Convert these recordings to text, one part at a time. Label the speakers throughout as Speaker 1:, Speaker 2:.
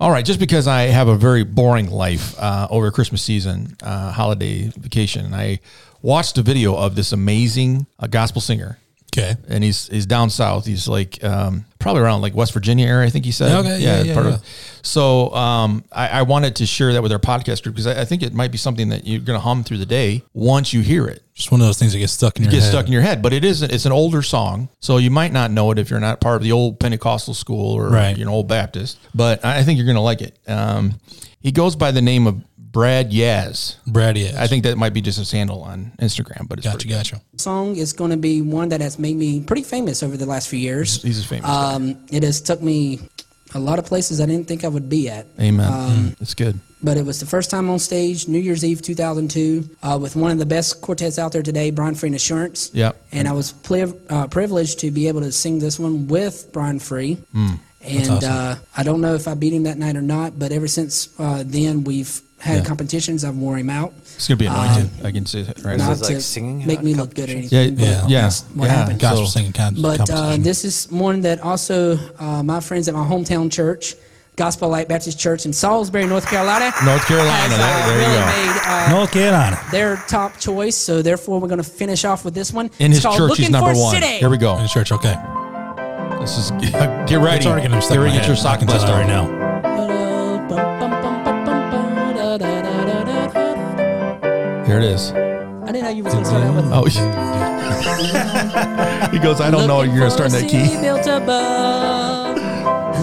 Speaker 1: All right, just because I have a very boring life uh, over Christmas season, uh, holiday vacation, I watched a video of this amazing uh, gospel singer,
Speaker 2: Okay.
Speaker 1: and he's he's down south. He's like um, probably around like West Virginia area, I think he said.
Speaker 2: Okay, yeah, yeah, yeah.
Speaker 1: so um, I, I wanted to share that with our podcast group because I, I think it might be something that you're going to hum through the day once you hear it
Speaker 2: Just one of those things that gets stuck in your
Speaker 1: gets
Speaker 2: head.
Speaker 1: stuck in your head. But it is it's an older song, so you might not know it if you're not part of the old Pentecostal school or
Speaker 2: Right.
Speaker 1: you know old Baptist. But I I think you're gonna like it. Um, he goes by the name of Brad Yaz.
Speaker 2: Brad, yeah.
Speaker 1: I think that might be just his handle on Instagram, but it's
Speaker 2: gotcha, gotcha.
Speaker 3: song is going to be one that has made me pretty famous over the last few years.
Speaker 1: he's a famous guy.
Speaker 3: Um, it has took me a lot of places I didn't think I would be at.
Speaker 1: Amen.
Speaker 3: um,
Speaker 1: Mm, it's good.
Speaker 3: But it was the first time on stage, New Year's Eve 2002, uh, with one of the best quartets out there today, Brian Free and Assurance.
Speaker 1: Yep.
Speaker 3: And I was pli- uh, privileged to be able to sing this one with Brian Free.
Speaker 1: Hmm.
Speaker 3: and uh, I don't know if I beat him that night or not, but ever since uh, then, we've had competitions. I've worn him out.
Speaker 1: It's gonna be anointed.
Speaker 3: um,
Speaker 1: I can see that right now.
Speaker 3: Not
Speaker 4: like singing
Speaker 3: make me look good or
Speaker 1: Yeah,
Speaker 3: anything. but
Speaker 1: yeah, yeah.
Speaker 3: that's What happened.
Speaker 2: Gospel singing con-
Speaker 3: But uh,
Speaker 2: competition.
Speaker 3: this is one that also uh, my friends at my hometown church, Gospel Light Baptist Church in Salisbury, North Carolina,
Speaker 1: North Carolina.
Speaker 3: has,
Speaker 1: There,
Speaker 3: uh,
Speaker 1: there
Speaker 3: really
Speaker 1: you go.
Speaker 3: made uh,
Speaker 2: no, get on it.
Speaker 3: their top choice. So therefore, we're going to finish off with this one.
Speaker 1: In
Speaker 3: It's
Speaker 1: his
Speaker 3: called
Speaker 1: church,
Speaker 3: Looking
Speaker 1: he's number
Speaker 3: for
Speaker 1: one.
Speaker 3: City.
Speaker 1: Here we go.
Speaker 2: In the church, okay.
Speaker 1: This is get ready.
Speaker 2: It's already getting stuck
Speaker 1: get
Speaker 2: in
Speaker 1: ready.
Speaker 2: my
Speaker 1: Get your
Speaker 2: head. I
Speaker 1: sock
Speaker 2: can tell
Speaker 1: blast
Speaker 2: that
Speaker 1: right
Speaker 2: right
Speaker 1: now.
Speaker 2: now.
Speaker 1: Here it is.
Speaker 3: I didn't know you was going to start out with.
Speaker 1: Oh, he goes. I don't know.
Speaker 3: Looking
Speaker 1: You're gonna
Speaker 3: for
Speaker 1: start
Speaker 3: a
Speaker 1: in that key.
Speaker 3: city built above.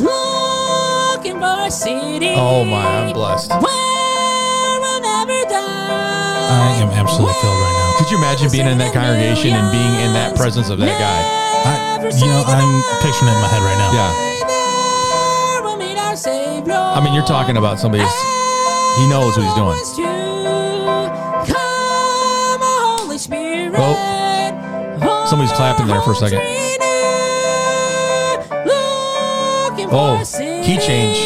Speaker 3: Looking for a city.
Speaker 1: Oh my, I'm blessed.
Speaker 3: Where I'll never die.
Speaker 2: I am absolutely filled right now.
Speaker 1: Could you imagine being in that congregation and being in that presence of that guy?
Speaker 2: I, you know, I'm picturing it in my head right now.
Speaker 1: Yeah.
Speaker 3: There we'll meet our Savior.
Speaker 1: I mean, you're talking about somebody. that's- He knows what he's doing.
Speaker 3: Promise to come, O Holy Spirit.
Speaker 1: Oh. Somebody's clapping there for a second.
Speaker 3: Redeemer, looking for
Speaker 1: Oh,
Speaker 3: a city
Speaker 1: key change.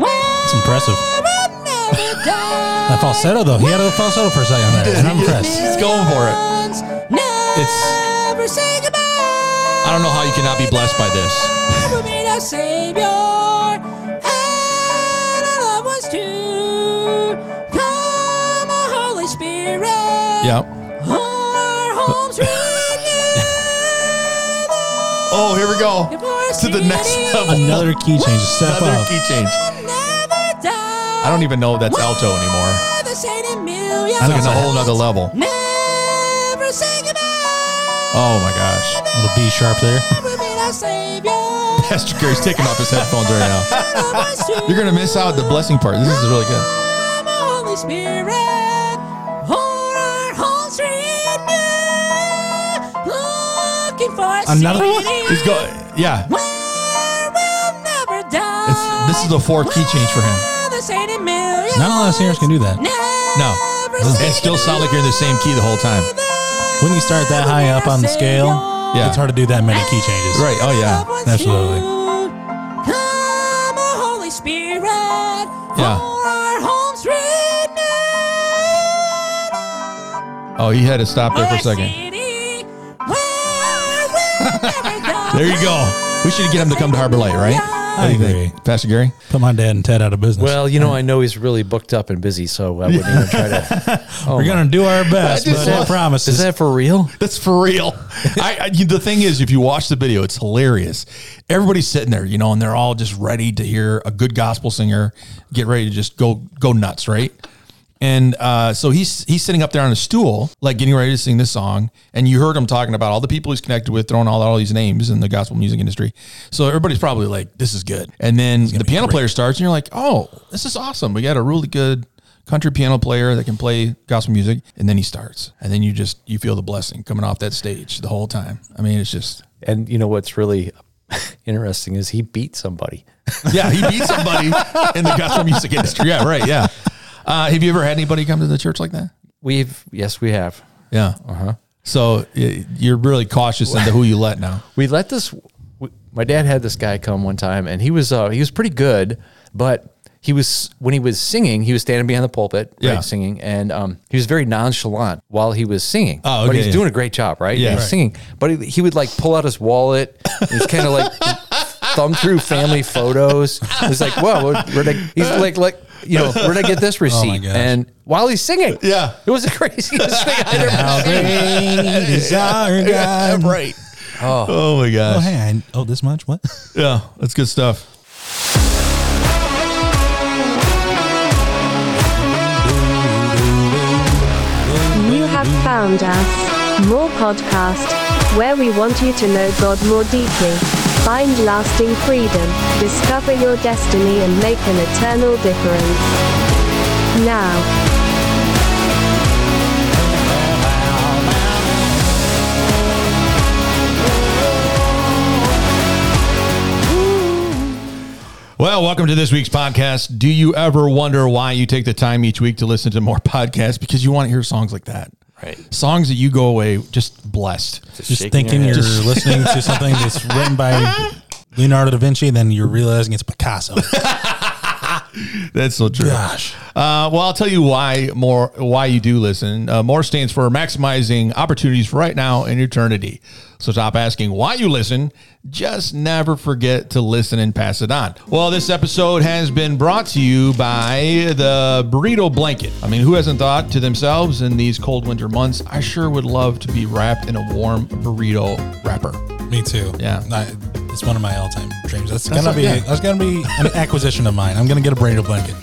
Speaker 3: where
Speaker 2: It's impressive.
Speaker 3: I'll never die.
Speaker 2: That falsetto, though. He had a falsetto for a second there. and I'm impressed.
Speaker 1: He's going for it.
Speaker 3: Millions Never say goodbye.
Speaker 1: I don't know how you cannot be blessed by this.
Speaker 3: We'll meet our Savior, and our loved ones too. Come, O Holy Spirit.
Speaker 1: Yeah. Uh,
Speaker 3: Our homes renew.
Speaker 1: Oh, here we go. To the next level.
Speaker 2: Another key change. Step
Speaker 1: Another
Speaker 2: up.
Speaker 1: key change.
Speaker 3: Never die.
Speaker 1: I don't even know if that's alto anymore.
Speaker 3: Another city millions.
Speaker 1: It's like a whole nother level.
Speaker 3: Never say goodbye.
Speaker 1: Oh my gosh.
Speaker 2: Little B sharp there.
Speaker 3: We'll meet our Savior.
Speaker 1: Pastor Gary's taking off his headphones right now. You're
Speaker 3: You're
Speaker 1: gonna miss out the blessing part. This is really good.
Speaker 3: Holy Spirit, hold our hearts renewed, looking for a
Speaker 2: Another one?
Speaker 3: city
Speaker 1: He's go. Yeah.
Speaker 3: where we'll never die.
Speaker 1: It's, this is a fourth key change for him.
Speaker 3: Others ain't a million.
Speaker 2: Not a lot of singers can do that.
Speaker 1: No.
Speaker 3: Never
Speaker 1: It still sound like you're in the same key the whole time.
Speaker 2: When you start that high up on the scale,
Speaker 1: Yeah.
Speaker 2: it's hard to do that many key changes.
Speaker 1: Right. Oh yeah.
Speaker 3: Someone's
Speaker 2: absolutely.
Speaker 3: new. Come, O Holy Spirit,
Speaker 1: Yeah.
Speaker 3: hold our homes renewed.
Speaker 1: Oh, he had to stop there for a
Speaker 3: Our
Speaker 1: second.
Speaker 3: city, where we'll never die.
Speaker 1: There you go. We should get him to come to Harbor Light, right?
Speaker 2: I agree.
Speaker 1: Pastor Gary.
Speaker 2: Put my dad and Ted out of business.
Speaker 4: Well, you know, I know he's really booked up and busy, so I wouldn't even try to.
Speaker 2: we're going to do our best,
Speaker 1: I just
Speaker 2: but no
Speaker 1: love-
Speaker 2: promises.
Speaker 4: Is that for real?
Speaker 1: That's for real. I, I you- the thing is, if you watch the video, it's hilarious. Everybody's sitting there, you know, and they're all just ready to hear a good gospel singer get ready to just go go nuts, right? And uh, so he's he's sitting up there on a stool, like getting ready to sing this song. And you heard him talking about all the people he's connected with, throwing all all these names in the gospel music industry. So everybody's probably like, "This is good." And then the piano player starts, and you're like, "Oh, this is awesome! We got a really good country piano player that can play gospel music and then he starts and then you just you feel the blessing coming off that stage the whole time i mean it's just
Speaker 4: And you know what's really interesting is he beat somebody.
Speaker 1: yeah he beat somebody in the gospel music industry yeah right yeah uh, have you ever had anybody come to the church like that
Speaker 4: We've yes, we have.
Speaker 1: yeah uh-huh so y- you're really cautious into who you let now
Speaker 4: We let this. We, my dad had this guy come one time, and he was uh, he was pretty good, but he was when he was singing, he was standing behind the pulpit, right,
Speaker 1: Yeah.
Speaker 4: singing, and um, he was very nonchalant while he was singing.
Speaker 1: Oh,
Speaker 4: but
Speaker 1: okay,
Speaker 4: he's
Speaker 1: yeah.
Speaker 4: doing a great job, right?
Speaker 1: Yeah.
Speaker 4: he was
Speaker 1: Right.
Speaker 4: singing, but he, he would like pull out his wallet. and He's kind of like thumb through family photos. It's like, whoa, where'd I, he's like, like, you know, where'd I get this receipt?
Speaker 2: gosh.
Speaker 4: and while he's singing,
Speaker 1: Oh Yeah.
Speaker 4: it was the craziest thing I'd ever
Speaker 2: How great is our God.
Speaker 1: right. Oh. my
Speaker 2: Oh,
Speaker 1: gosh.
Speaker 2: hey, I, oh, this much? What?
Speaker 1: Yeah, that's good stuff.
Speaker 5: You have found us. More podcast, where we want you to know God more deeply, find lasting freedom, discover your destiny, and make an eternal difference. Now,
Speaker 1: Well, welcome to this week's podcast. Do you ever wonder why you take the time each week to listen to more podcasts? Because you want to hear songs like that.
Speaker 4: Right.
Speaker 1: Songs that you go away just blessed.
Speaker 2: Just thinking you're listening to something that's written by Leonardo da Vinci, then you're realizing it's Picasso.
Speaker 1: That's so true.
Speaker 2: Gosh.
Speaker 1: Uh, well, I'll tell you why more why you do listen. Uh, more stands for maximizing opportunities for right now and eternity. So stop asking why you listen. Just never forget to listen and pass it on. Well, this episode has been brought to you by the burrito blanket. I mean, who hasn't thought to themselves in these cold winter months? I sure would love to be wrapped in a warm burrito wrapper.
Speaker 2: Me too.
Speaker 1: Yeah.
Speaker 2: I- it's one of my all-time dreams. That's,
Speaker 1: That's
Speaker 2: gonna
Speaker 1: what-
Speaker 2: be
Speaker 1: yeah.
Speaker 2: that's gonna be an acquisition of mine. I'm gonna get a burrito blanket.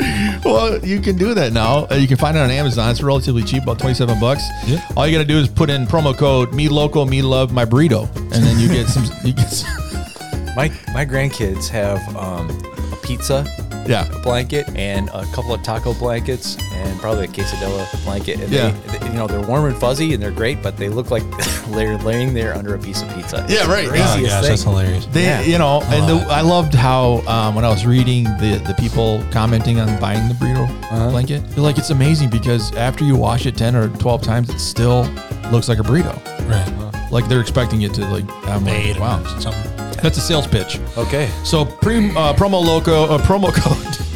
Speaker 1: Well, you can do that now. Uh, You can find it on Amazon. It's relatively cheap, about twenty-seven bucks.
Speaker 2: Yeah.
Speaker 1: All you got to do is put in promo code "Me Loco Me Love My Burrito," and then you get some. You get some
Speaker 4: My my grandkids have um, a pizza
Speaker 1: yeah.
Speaker 4: blanket and a couple of taco blankets and probably a quesadilla blanket. And
Speaker 1: Yeah.
Speaker 4: they, they- you know they're warm and fuzzy and they're great, but they look like they're laying there under a piece of pizza. It's
Speaker 1: Yeah, right.
Speaker 4: the
Speaker 1: Oh,
Speaker 2: Oh
Speaker 4: Craziest
Speaker 2: gosh,
Speaker 4: thing.
Speaker 2: that's hilarious.
Speaker 1: They,
Speaker 4: Yeah.
Speaker 1: you know, and the, I loved how um, when I was reading the the people commenting on buying the burrito
Speaker 2: Uh-huh.
Speaker 1: blanket, they're like, "It's amazing because after you wash it ten or twelve times, it still looks like a burrito."
Speaker 2: Right.
Speaker 1: Like they're expecting it to like. I'm like,
Speaker 2: Made
Speaker 1: wow,
Speaker 2: or something.
Speaker 1: that's a sales pitch.
Speaker 4: Okay.
Speaker 1: So pre, uh, promo loco uh, promo code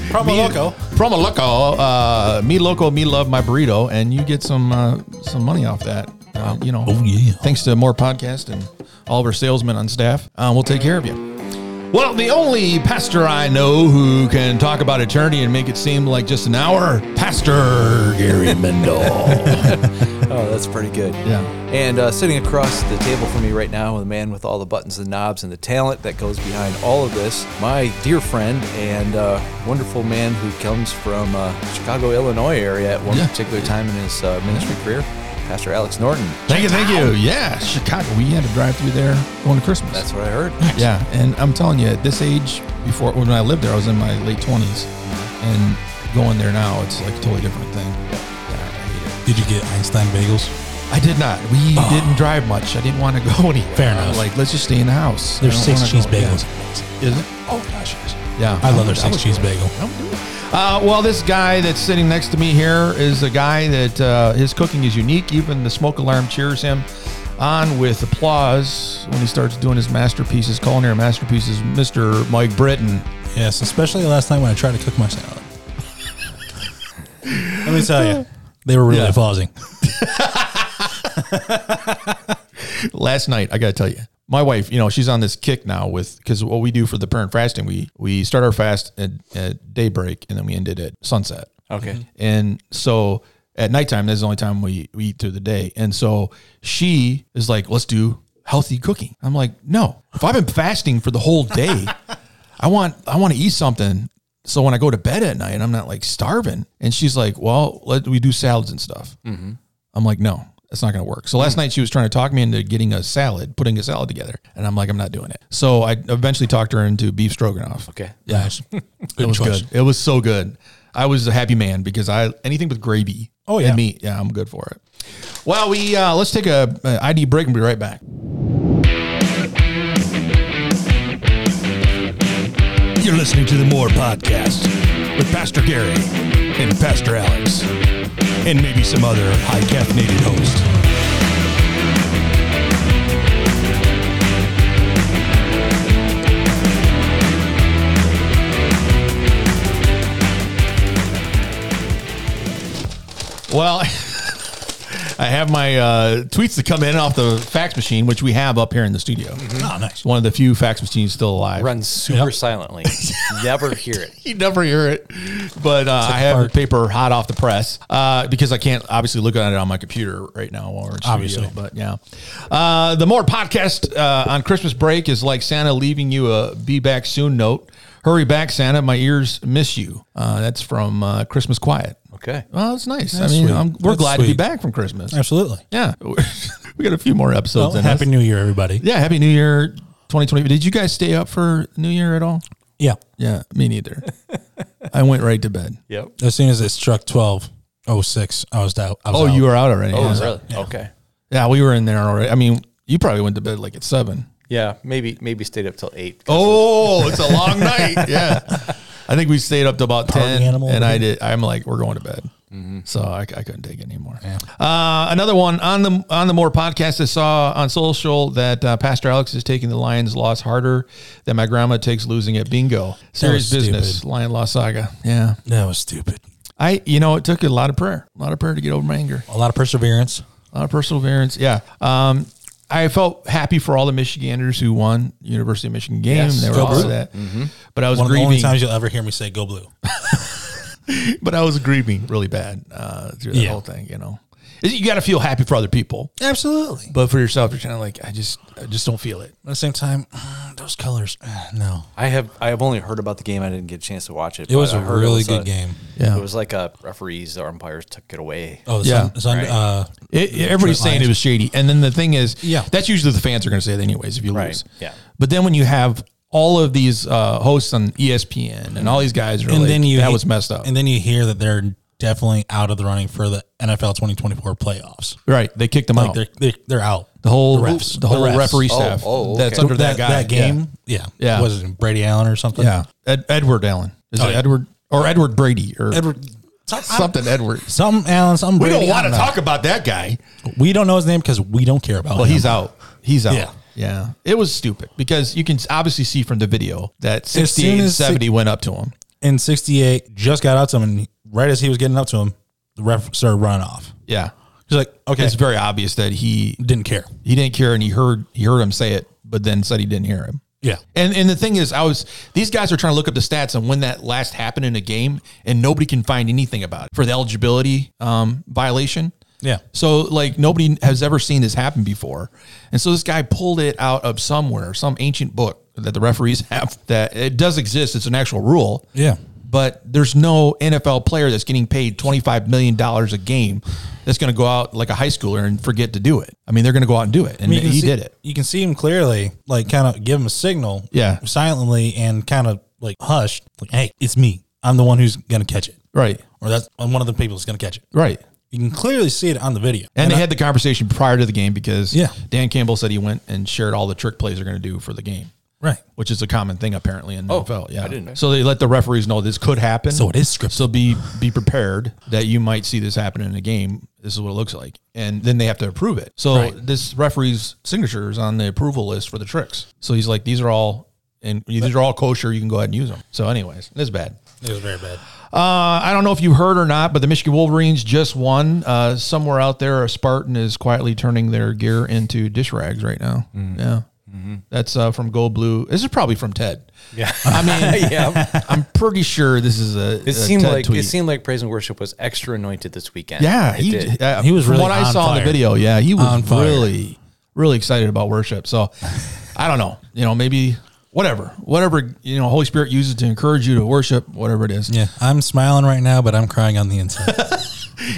Speaker 2: Promo
Speaker 1: me,
Speaker 2: loco.
Speaker 1: promo loco uh, me loco me love my burrito and you get some uh, some money off that uh, you know
Speaker 2: Oh, yeah.
Speaker 1: thanks to more podcast and all of our salesmen on staff uh, we'll take care of you. Well, the only pastor I know who can talk about eternity and make it seem like just an hour, Pastor Gary Mendel.
Speaker 4: Oh, that's pretty good.
Speaker 1: Yeah.
Speaker 4: And uh, sitting across the table from me right now, the man with all the buttons and knobs and the talent that goes behind all of this, my dear friend and uh, wonderful man who comes from uh, Chicago, Illinois area at one
Speaker 1: Yeah.
Speaker 4: particular time in his uh, ministry career, Pastor Alex Norton.
Speaker 1: thank you, thank you. Yeah, Chicago. We had to drive through there going to Christmas.
Speaker 4: That's what I heard.
Speaker 1: Yeah, and I'm telling you, at this age, before when I lived there, I was in my late 20s, and going there now, it's like a totally different thing.
Speaker 2: Did you get Einstein bagels?
Speaker 1: I did not. We didn't drive much. I didn't want to go anywhere.
Speaker 2: Oh. Fair enough.
Speaker 1: Like, let's just stay in the house.
Speaker 2: There's
Speaker 1: I don't
Speaker 2: six
Speaker 1: wanna
Speaker 2: cheese
Speaker 1: go- yeah.
Speaker 2: bagels.
Speaker 1: Is it?
Speaker 2: Oh gosh, yes.
Speaker 1: Yeah.
Speaker 2: I love their
Speaker 1: That
Speaker 2: six
Speaker 1: was
Speaker 2: cheese
Speaker 1: good.
Speaker 2: bagel.
Speaker 1: Uh, well, this guy that's sitting next to me here is a guy that uh, his cooking is unique. Even the smoke alarm cheers him on with applause when he starts doing his masterpieces, culinary masterpieces, Mr. Mike Britton.
Speaker 2: Yes, especially last night when I tried to cook my salad. Let me tell you, they were really
Speaker 1: Yeah.
Speaker 2: pausing.
Speaker 1: last night i gotta tell you my wife you know she's on this kick now with because what we do for the parent fasting we we start our fast at, at daybreak and then we end it at sunset
Speaker 4: Okay.
Speaker 1: and so at nighttime that's the only time we, we eat through the day and so she is like let's do healthy cooking i'm like no if i've been fasting for the whole day i want i want to eat something so when i go to bed at night i'm not like starving and she's like well let we do salads and stuff I'm like, no, that's not going to work. So last night she was trying to talk me into getting a salad, putting a salad together, and I'm like, I'm not doing it. So I eventually talked her into beef stroganoff.
Speaker 4: Okay.
Speaker 1: yeah, it was
Speaker 2: choice.
Speaker 1: good. It was so good. I was a happy man because I anything with gravy.
Speaker 2: Oh, yeah.
Speaker 1: and meat. Yeah, I'm good for it. Well, we uh, let's take a, a ID break and be right back.
Speaker 2: You're listening to the More Podcast with Pastor Gary and Pastor Alex, and maybe some other high caffeinated host.
Speaker 1: Well, I have my uh, tweets that come in off the fax machine, which we have up here in the studio.
Speaker 6: Oh, nice.
Speaker 1: One of the few fax machines still alive.
Speaker 4: Runs super silently. Never hear it.
Speaker 1: You never hear it, but uh, I have the paper hot off the press uh, because I can't obviously look at it on my computer right now while we're in studio.
Speaker 6: Obviously.
Speaker 1: But yeah, uh, the more podcast uh, on Christmas break is like Santa leaving you a "be back soon" note. Hurry back, Santa! My ears miss you. Uh, that's from uh, Christmas Quiet.
Speaker 4: Okay.
Speaker 1: Well, it's nice.
Speaker 6: That's
Speaker 1: I mean,
Speaker 6: sweet.
Speaker 1: I'm, we're
Speaker 6: That's
Speaker 1: glad to be
Speaker 6: sweet.
Speaker 1: back from Christmas.
Speaker 6: Absolutely.
Speaker 1: Yeah, we got a few more episodes.
Speaker 6: Well,
Speaker 1: in
Speaker 6: Happy
Speaker 1: us.
Speaker 6: New Year, everybody.
Speaker 1: yeah, Happy New Year, 2020. Did you guys stay up for New Year at all?
Speaker 6: Yeah.
Speaker 1: Yeah, me neither. I went right to bed.
Speaker 4: Yep.
Speaker 6: As soon as it struck twelve oh six, I was out. I was
Speaker 1: Oh,
Speaker 6: out.
Speaker 1: you were out already.
Speaker 4: Oh,
Speaker 1: yeah.
Speaker 4: really? Okay.
Speaker 1: Yeah, we were in there already. I mean, you probably went to bed like at seven.
Speaker 4: Yeah. Maybe maybe stayed up till eight.
Speaker 1: Oh, it's a long night. Yeah. I think we stayed up to about
Speaker 6: Party
Speaker 1: ten,
Speaker 6: animal
Speaker 1: and
Speaker 6: over
Speaker 1: I
Speaker 6: here.
Speaker 1: did. I'm like, we're going to bed, so I, I couldn't take it anymore. Uh, another one on the on the more podcast. I saw on social that uh, Pastor Alex is taking the Lions loss harder than my grandma takes losing at bingo. Serious business,
Speaker 6: stupid.
Speaker 1: Lion loss saga. Yeah,
Speaker 6: That was stupid.
Speaker 1: I you know it took a lot of prayer, a lot of prayer to get over my anger.
Speaker 6: A lot of perseverance.
Speaker 1: A lot of perseverance. Yeah. Um, I felt happy for all the Michiganders who won University of Michigan game.
Speaker 4: Yes,
Speaker 1: they were
Speaker 6: go
Speaker 1: all
Speaker 6: Blue.
Speaker 1: that. But I was
Speaker 6: One of the only
Speaker 1: grieving.
Speaker 6: times you'll ever hear me say "Go Blue."
Speaker 1: But I was grieving really bad uh, through the
Speaker 6: Yeah.
Speaker 1: whole thing. You know, you got to feel happy for other people,
Speaker 6: Absolutely.
Speaker 1: but for yourself, you're kind of like, I just, I just don't feel it.
Speaker 6: But at the same time, mm, those colors. ah, No,
Speaker 4: I have I have only heard about the game. I didn't get a chance to watch it.
Speaker 6: it was
Speaker 4: a
Speaker 6: a really good game.
Speaker 1: Yeah.
Speaker 4: It was like a referees or umpires took it away.
Speaker 6: Oh,
Speaker 1: Yeah,
Speaker 6: yeah. Sun,
Speaker 4: right.
Speaker 6: uh,
Speaker 1: It, everybody's saying it was shady, and then the thing is,
Speaker 6: Yeah.
Speaker 1: that's usually the fans are going to say it anyways if you
Speaker 4: Right,
Speaker 1: lose.
Speaker 4: yeah.
Speaker 1: But then when you have all of these uh, hosts on ESPN and all these guys, are
Speaker 6: and
Speaker 1: like,
Speaker 6: then you
Speaker 1: that was messed up.
Speaker 6: And then you hear that they're definitely out of the running for the NFL 2024 playoffs.
Speaker 1: right? They kicked them
Speaker 6: Like
Speaker 1: out.
Speaker 6: they're, they're they're out.
Speaker 1: Oh. The whole the,
Speaker 6: refs.
Speaker 1: whole
Speaker 6: The refs.
Speaker 1: referee
Speaker 4: Oh,
Speaker 1: staff
Speaker 4: oh,
Speaker 1: that's
Speaker 4: okay.
Speaker 1: under that, guy.
Speaker 6: game, yeah,
Speaker 1: Yeah.
Speaker 6: was it Brady Allen or something?
Speaker 1: Yeah. yeah. Ed, Edward Allen. Is
Speaker 6: Oh,
Speaker 1: it
Speaker 6: yeah.
Speaker 1: Edward or Edward Brady or
Speaker 6: Edward, some,
Speaker 1: something Edward?
Speaker 6: some Allen, some
Speaker 1: We
Speaker 6: Brady.
Speaker 1: don't want to
Speaker 6: I
Speaker 1: talk about that guy.
Speaker 6: know. We don't know his name because we don't care about.
Speaker 1: Well,
Speaker 6: him.
Speaker 1: he's out. He's out.
Speaker 6: Yeah.
Speaker 1: Yeah. It was stupid because you can obviously see from the video that
Speaker 6: As
Speaker 1: 60
Speaker 6: soon
Speaker 1: and
Speaker 6: as si-
Speaker 1: 70 went up to him.
Speaker 6: in '68. Just got out to him, and right as he was getting up to him, the ref started running off.
Speaker 1: Yeah.
Speaker 6: He's like, "Okay,
Speaker 1: It's very obvious that he
Speaker 6: didn't care."
Speaker 1: he didn't care and he heard he heard him say it, but then said he didn't hear him.
Speaker 6: Yeah,
Speaker 1: And and the thing is, I was these guys are trying to look up the stats on when that last happened in a game, and nobody can find anything about it for the eligibility um, violation.
Speaker 6: yeah.
Speaker 1: So like nobody has ever seen this happen before, and so this guy pulled it out of somewhere, some ancient book that the referees have that it does exist. It's an actual rule.
Speaker 6: Yeah.
Speaker 1: But there's no NFL player that's getting paid twenty five million dollars a game that's going to go out like a high schooler and forget to do it. I mean, they're going to go out and do it, and
Speaker 6: you can
Speaker 1: he
Speaker 6: see-
Speaker 1: did it.
Speaker 6: You can see him clearly, like kind of give him a signal,
Speaker 1: Yeah.
Speaker 6: silently and kind of like hushed, like, "Hey, it's me. I'm the one who's gonna catch it,
Speaker 1: Right.
Speaker 6: or that's I'm one of the people that's gonna catch it."
Speaker 1: Right.
Speaker 6: You can clearly see it on the video.
Speaker 1: And, they had the conversation prior to the game because
Speaker 6: Yeah.
Speaker 1: Dan Campbell said he went and shared all the trick plays they're going to do for the game,
Speaker 6: right.
Speaker 1: which is a common thing apparently in the
Speaker 4: Oh,
Speaker 1: NFL. Yeah,
Speaker 4: I didn't know.
Speaker 1: So they let the referees know this could happen.
Speaker 6: So it is scripted.
Speaker 1: So be be prepared that you might see this happen in a game. This is what it looks like, and then they have to approve it. So
Speaker 6: Right.
Speaker 1: this referee's signature is on the approval list for the tricks. So he's like, these are all. And these are all kosher. You can go ahead and use them. So, anyways, it's bad.
Speaker 6: It was very bad.
Speaker 1: Uh, I don't know if you heard or not, but the Michigan Wolverines just won. Uh, somewhere out there, a Spartan is quietly turning their gear into dish rags right now.
Speaker 4: Mm-hmm.
Speaker 1: Yeah. That's uh, from Gold Blue. This is probably from Ted. Yeah. I mean,
Speaker 4: yeah.
Speaker 1: I'm pretty sure this is a.
Speaker 4: It seemed
Speaker 1: Ted
Speaker 4: like
Speaker 1: tweet.
Speaker 4: it seemed like praise and worship was extra anointed this weekend.
Speaker 1: Yeah,
Speaker 4: It
Speaker 1: he
Speaker 4: did.
Speaker 1: uh,
Speaker 6: He was
Speaker 1: from
Speaker 6: really
Speaker 1: what I
Speaker 6: on
Speaker 1: saw in
Speaker 6: fire.
Speaker 1: the video. Yeah, he
Speaker 6: On
Speaker 1: was
Speaker 6: fire.
Speaker 1: really really excited about worship. So I don't know, you know, maybe whatever, whatever you know, Holy Spirit uses to encourage you to worship, whatever it is.
Speaker 6: Yeah, I'm smiling right now, but I'm crying on the inside.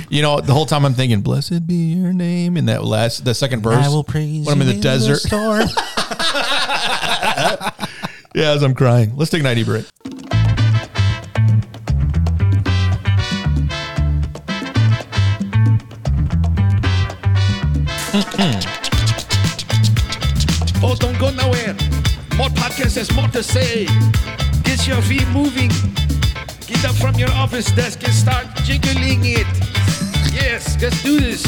Speaker 1: You know, the whole time I'm thinking, "Blessed be your name," in that last, the second verse.
Speaker 6: I will praise.
Speaker 1: when I'm in
Speaker 6: you
Speaker 1: the desert.
Speaker 6: storm.
Speaker 1: yeah, as I'm crying. Let's take an ID break.
Speaker 7: Oh, don't go nowhere. More podcasts has more to say. Get your feet moving. Get up from your office desk and start jiggling it. Yes, let's do this.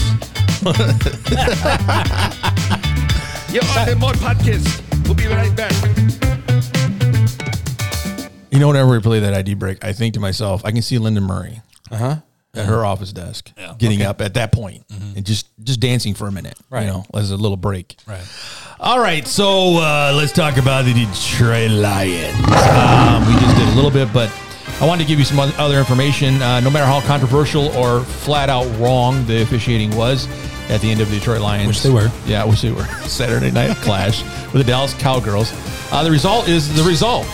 Speaker 7: You're on the more podcasts. We'll be right back.
Speaker 1: You know, whenever we play that ID break, I think to myself, I can see Linda Murray. Uh huh. at her office desk, getting up at that point and just just dancing for a minute,
Speaker 2: Right.
Speaker 1: you know, as a little break.
Speaker 2: Right.
Speaker 1: All right, so uh, let's talk about the Detroit Lions. Um, we just did a little bit, but I wanted to give you some oth- other information. Uh, no matter how controversial or flat out wrong the officiating was at the end of the Detroit Lions,
Speaker 2: Which they were.
Speaker 1: yeah, which they were Saturday night clash with the Dallas Cowgirls. Uh, the result is the result.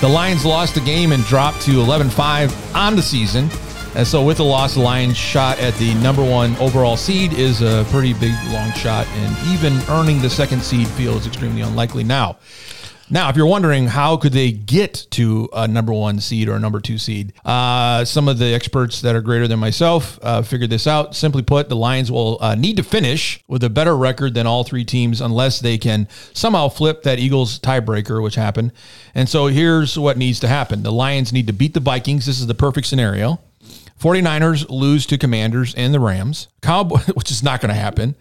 Speaker 1: The Lions lost the game and dropped to 11-5 on the season. And so with the loss, the Lions shot at the number one overall seed is a pretty big long shot. And even earning the second seed feels extremely unlikely now. Now, if you're wondering how could they get to a number one seed or a number two seed, uh, some of the experts that are greater than myself uh, figured this out. Simply put, the Lions will uh, need to finish with a better record than all three teams unless they can somehow flip that Eagles tiebreaker, which happened. And so here's what needs to happen: the Lions need to beat the Vikings. This is the perfect scenario. 49ers lose to Commanders and the Rams. Cowboy, which is not going to happen.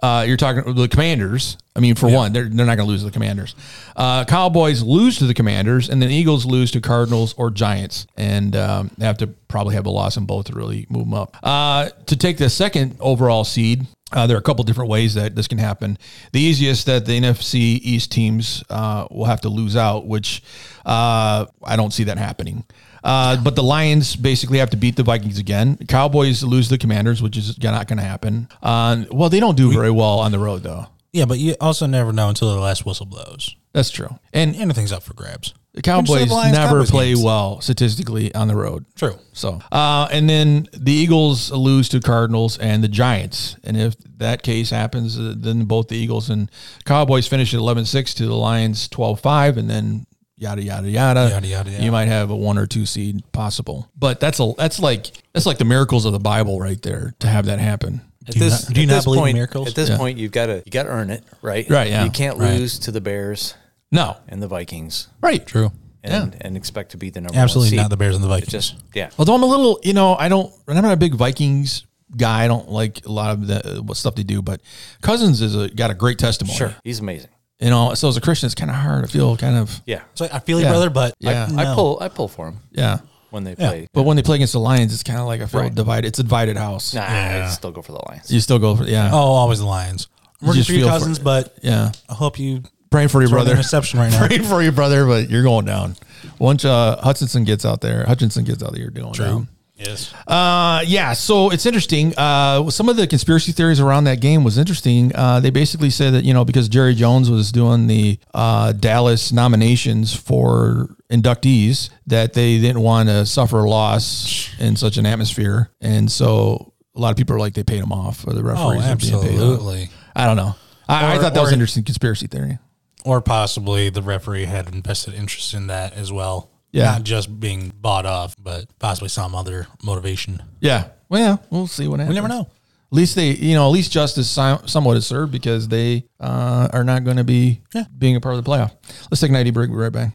Speaker 1: Uh, you're talking the Commanders. I mean, for one, they're, they're not going to lose to the Commanders. Uh, Cowboys lose to the Commanders, and then Eagles lose to Cardinals or Giants, and um, they have to probably have a loss in both to really move them up. Uh, to take the second overall seed, uh, there are a couple different ways that this can happen. The easiest that the NFC East teams uh, will have to lose out, which uh, I don't see that happening. Uh, but the Lions basically have to beat the Vikings again. Cowboys lose the Commanders, which is not going to happen. Um, well, they don't do very well on the road, though.
Speaker 2: Yeah, but you also never know until the last whistle blows.
Speaker 1: That's true. And
Speaker 2: Anything's up for grabs.
Speaker 1: the Cowboys
Speaker 2: Instead of Lions,
Speaker 1: never
Speaker 2: Cowboys
Speaker 1: play
Speaker 2: games.
Speaker 1: well statistically on the road.
Speaker 2: True.
Speaker 1: So, uh, and then the Eagles lose to Cardinals and the Giants. And if that case happens, uh, then both the Eagles and Cowboys finish at 11 6 to the Lions 12 5, and then yada, yada, yada.
Speaker 2: Yada, yada, yada.
Speaker 1: You might have a one or two seed possible. But that's a, that's like, that's like the miracles of the Bible right there to have that happen.
Speaker 4: At
Speaker 2: Do you not- do you
Speaker 4: at
Speaker 2: not
Speaker 4: this
Speaker 2: believe in
Speaker 4: point-
Speaker 2: miracles?
Speaker 4: At this
Speaker 1: Yeah.
Speaker 4: point, you've got to you got to earn it, right?
Speaker 1: Right, yeah.
Speaker 4: You can't
Speaker 2: Right.
Speaker 4: lose to the Bears
Speaker 1: No.
Speaker 4: and the Vikings
Speaker 1: Right.
Speaker 2: True.
Speaker 4: and, and expect to be the number
Speaker 2: Absolutely
Speaker 4: one seed.
Speaker 2: not the Bears and the
Speaker 4: It
Speaker 2: Vikings.
Speaker 4: just yeah.
Speaker 1: Although I'm a little, you know, I don't, I'm not a big Vikings guy. I don't like a lot of the uh, what stuff they do, but Cousins is a, got a great testimony.
Speaker 4: Sure, he's amazing.
Speaker 1: You know, so as a Christian, it's kind of hard to feel kind of,
Speaker 4: Yeah,
Speaker 2: it's like I feel you,
Speaker 1: Yeah.
Speaker 2: brother, but
Speaker 1: Yeah.
Speaker 2: I,
Speaker 4: I pull I pull for him
Speaker 1: yeah.
Speaker 4: when they
Speaker 2: Yeah.
Speaker 4: play.
Speaker 1: But when they play against the Lions, it's kind of like I feel divided. It's a divided house.
Speaker 4: Nah,
Speaker 2: Yeah.
Speaker 4: I still go for the Lions.
Speaker 1: You still go for, yeah.
Speaker 2: Oh, always the Lions. I'm
Speaker 1: You
Speaker 2: rooting
Speaker 1: just
Speaker 2: for your
Speaker 1: feel for
Speaker 2: cousins,
Speaker 1: it.
Speaker 2: but
Speaker 1: Yeah.
Speaker 2: I hope you
Speaker 1: Praying for your
Speaker 2: throw an
Speaker 1: brother.
Speaker 2: interception right now.
Speaker 1: Praying for your brother, but you're going down. Once uh, Hutchinson gets out there, Hutchinson gets out there, you're going down.
Speaker 2: Yes.
Speaker 1: Uh, yeah, so it's interesting. Uh, some of the conspiracy theories around that game was interesting. Uh, they basically said that you know because Jerry Jones was doing the uh, Dallas nominations for inductees that they didn't want to suffer a loss in such an atmosphere, and so a lot of people are like they paid him off for the
Speaker 2: Oh,
Speaker 1: referees. are being paid off.
Speaker 2: absolutely.
Speaker 1: I don't know. I, I
Speaker 2: Or-
Speaker 1: thought that was
Speaker 2: or-
Speaker 1: an interesting conspiracy theory.
Speaker 2: Or possibly the referee had invested interest in that as well.
Speaker 1: Yeah.
Speaker 2: Not just being bought off, but possibly some other motivation.
Speaker 1: Yeah. Well, yeah, we'll see what happens.
Speaker 2: never know.
Speaker 1: At least they, you know, at least justice si- somewhat is served because they uh, are not going to be
Speaker 2: Yeah.
Speaker 1: being a part of the playoff. Let's take an ID break. We'll be right back.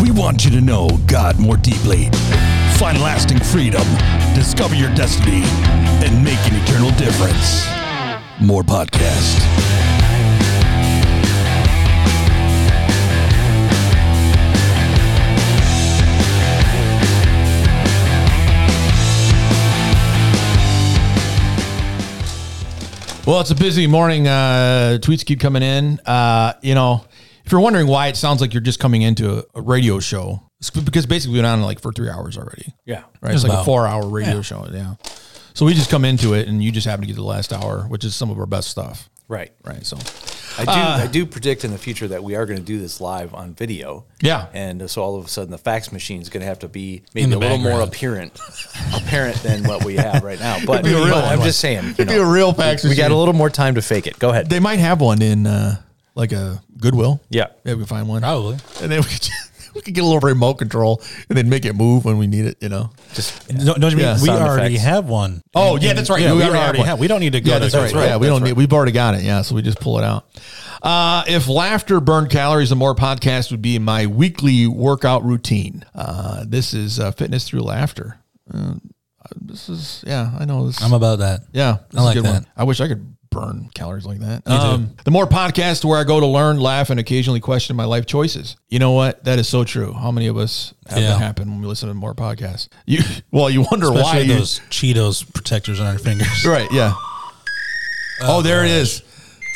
Speaker 2: We want you to know God more deeply. Find lasting freedom. Discover your destiny and make an eternal difference. More podcast.
Speaker 1: Well, it's a busy morning. Uh, tweets keep coming in. Uh, you know, if you're wondering why it sounds like you're just coming into a, a radio show, it's because basically we've been on like for three hours already.
Speaker 4: Yeah.
Speaker 1: Right. It's
Speaker 2: Just
Speaker 1: like a
Speaker 2: about.
Speaker 1: four hour radio show. Yeah. So we just come into it and you just happen to get to the last hour, which is some of our best stuff.
Speaker 4: Right.
Speaker 1: Right. Uh. So,
Speaker 4: I do I do predict in the future that we are going to do this live on video.
Speaker 1: Yeah.
Speaker 4: And uh, so all of a sudden the fax machine is going to have to be maybe
Speaker 2: the
Speaker 4: a little more
Speaker 2: background.
Speaker 4: apparent apparent than what we have right now. But,
Speaker 1: be a real
Speaker 4: but I'm
Speaker 1: one.
Speaker 4: just saying, you
Speaker 1: It'd be a real fax
Speaker 4: We got a
Speaker 1: machine.
Speaker 4: little more time to fake it. Go ahead.
Speaker 1: They might have one in uh, like a Goodwill.
Speaker 4: Yeah.
Speaker 1: Maybe we can find one.
Speaker 2: Probably.
Speaker 1: And then we could, we could get a little remote control and then make it move when we need it, you know?
Speaker 4: Just
Speaker 2: Don't, don't you
Speaker 1: Yeah,
Speaker 2: mean we
Speaker 4: sound
Speaker 2: already
Speaker 4: effects.
Speaker 2: have one?
Speaker 1: Oh,
Speaker 2: And-
Speaker 1: yeah,
Speaker 2: and-
Speaker 1: that's right.
Speaker 2: Yeah,
Speaker 1: We
Speaker 2: we,
Speaker 1: already have
Speaker 2: already,
Speaker 1: one.
Speaker 2: have. We don't need to go
Speaker 1: Yeah,
Speaker 2: to
Speaker 1: that's
Speaker 2: go
Speaker 1: right.
Speaker 2: through
Speaker 1: Yeah,
Speaker 2: it.
Speaker 1: we don't need. We've already got it. Yeah, so we just pull it out. Uh, if laughter burned calories, the more podcast would be my weekly workout routine. Uh, this is uh, fitness through laughher. Uh, this is yeah. I know this.
Speaker 2: I'm about that.
Speaker 1: yeah, this is
Speaker 2: I
Speaker 1: a
Speaker 2: like
Speaker 1: good
Speaker 2: that.
Speaker 1: one. I wish I could burn calories like that. Um, the more podcast where I go to learn, laugh, and occasionally question my life choices. You know what? That is so true. How many of us have
Speaker 6: Yeah.
Speaker 1: that happen when we listen to more podcasts? You well, you wonder why
Speaker 6: Especially
Speaker 1: you-
Speaker 6: those Cheetos protectors on our fingers.
Speaker 1: right? Yeah. Oh, there it is.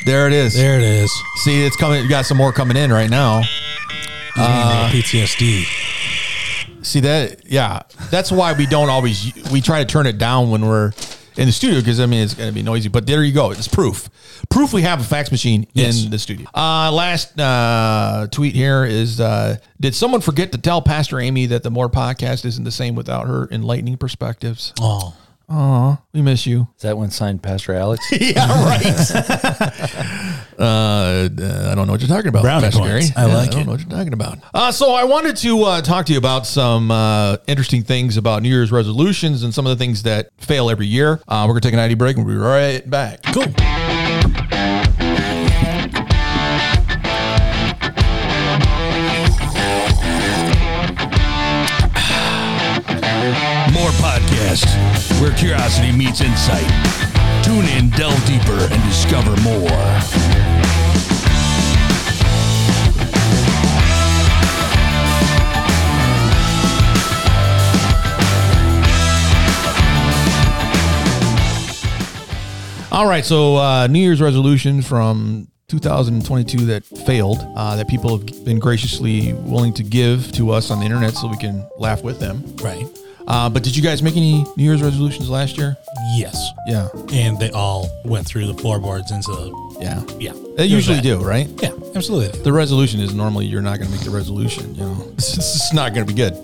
Speaker 1: There it is.
Speaker 6: There it is.
Speaker 1: See, it's coming. You got some more coming in right now.
Speaker 6: PTSD.
Speaker 1: See that? Yeah, that's why we don't always we try to turn it down when we're in the studio because I mean it's gonna be noisy. But there you go. It's proof. Proof we have a fax machine
Speaker 6: Yes.
Speaker 1: in the studio. Uh, last uh, tweet here is: uh, Did someone forget to tell Pastor Amy that the more podcast isn't the same without her enlightening perspectives?
Speaker 6: Oh,
Speaker 1: We miss you.
Speaker 4: Is that one signed Pastor Alex?
Speaker 1: yeah, right. uh, I don't know what you're talking about,
Speaker 6: Brownie
Speaker 1: Pastor Gary.
Speaker 6: points. I like
Speaker 1: I don't
Speaker 6: it.
Speaker 1: know what you're talking about. Uh, so I wanted to uh, talk to you about some uh, interesting things about New Year's resolutions and some of the things that fail every year. Uh, we're gonna take an ID break and we'll be right back.
Speaker 6: cool.
Speaker 2: More podcasts where curiosity meets insight. Tune in, delve deeper, and discover more.
Speaker 1: All right, so uh, New Year's resolution from 2022 that failed, uh, that people have been graciously willing to give to us on the internet so we can laugh with them.
Speaker 6: Right.
Speaker 1: Uh, but did you guys make any New Year's resolutions last year?
Speaker 6: Yes.
Speaker 1: Yeah,
Speaker 6: And they all went through the floorboards into the.
Speaker 1: yeah, They
Speaker 6: Yeah. It was
Speaker 1: usually
Speaker 6: bad.
Speaker 1: do, right?
Speaker 6: Yeah, absolutely.
Speaker 1: the resolution is normally you're not going to make the resolution. You know, it's, it's not going to be good.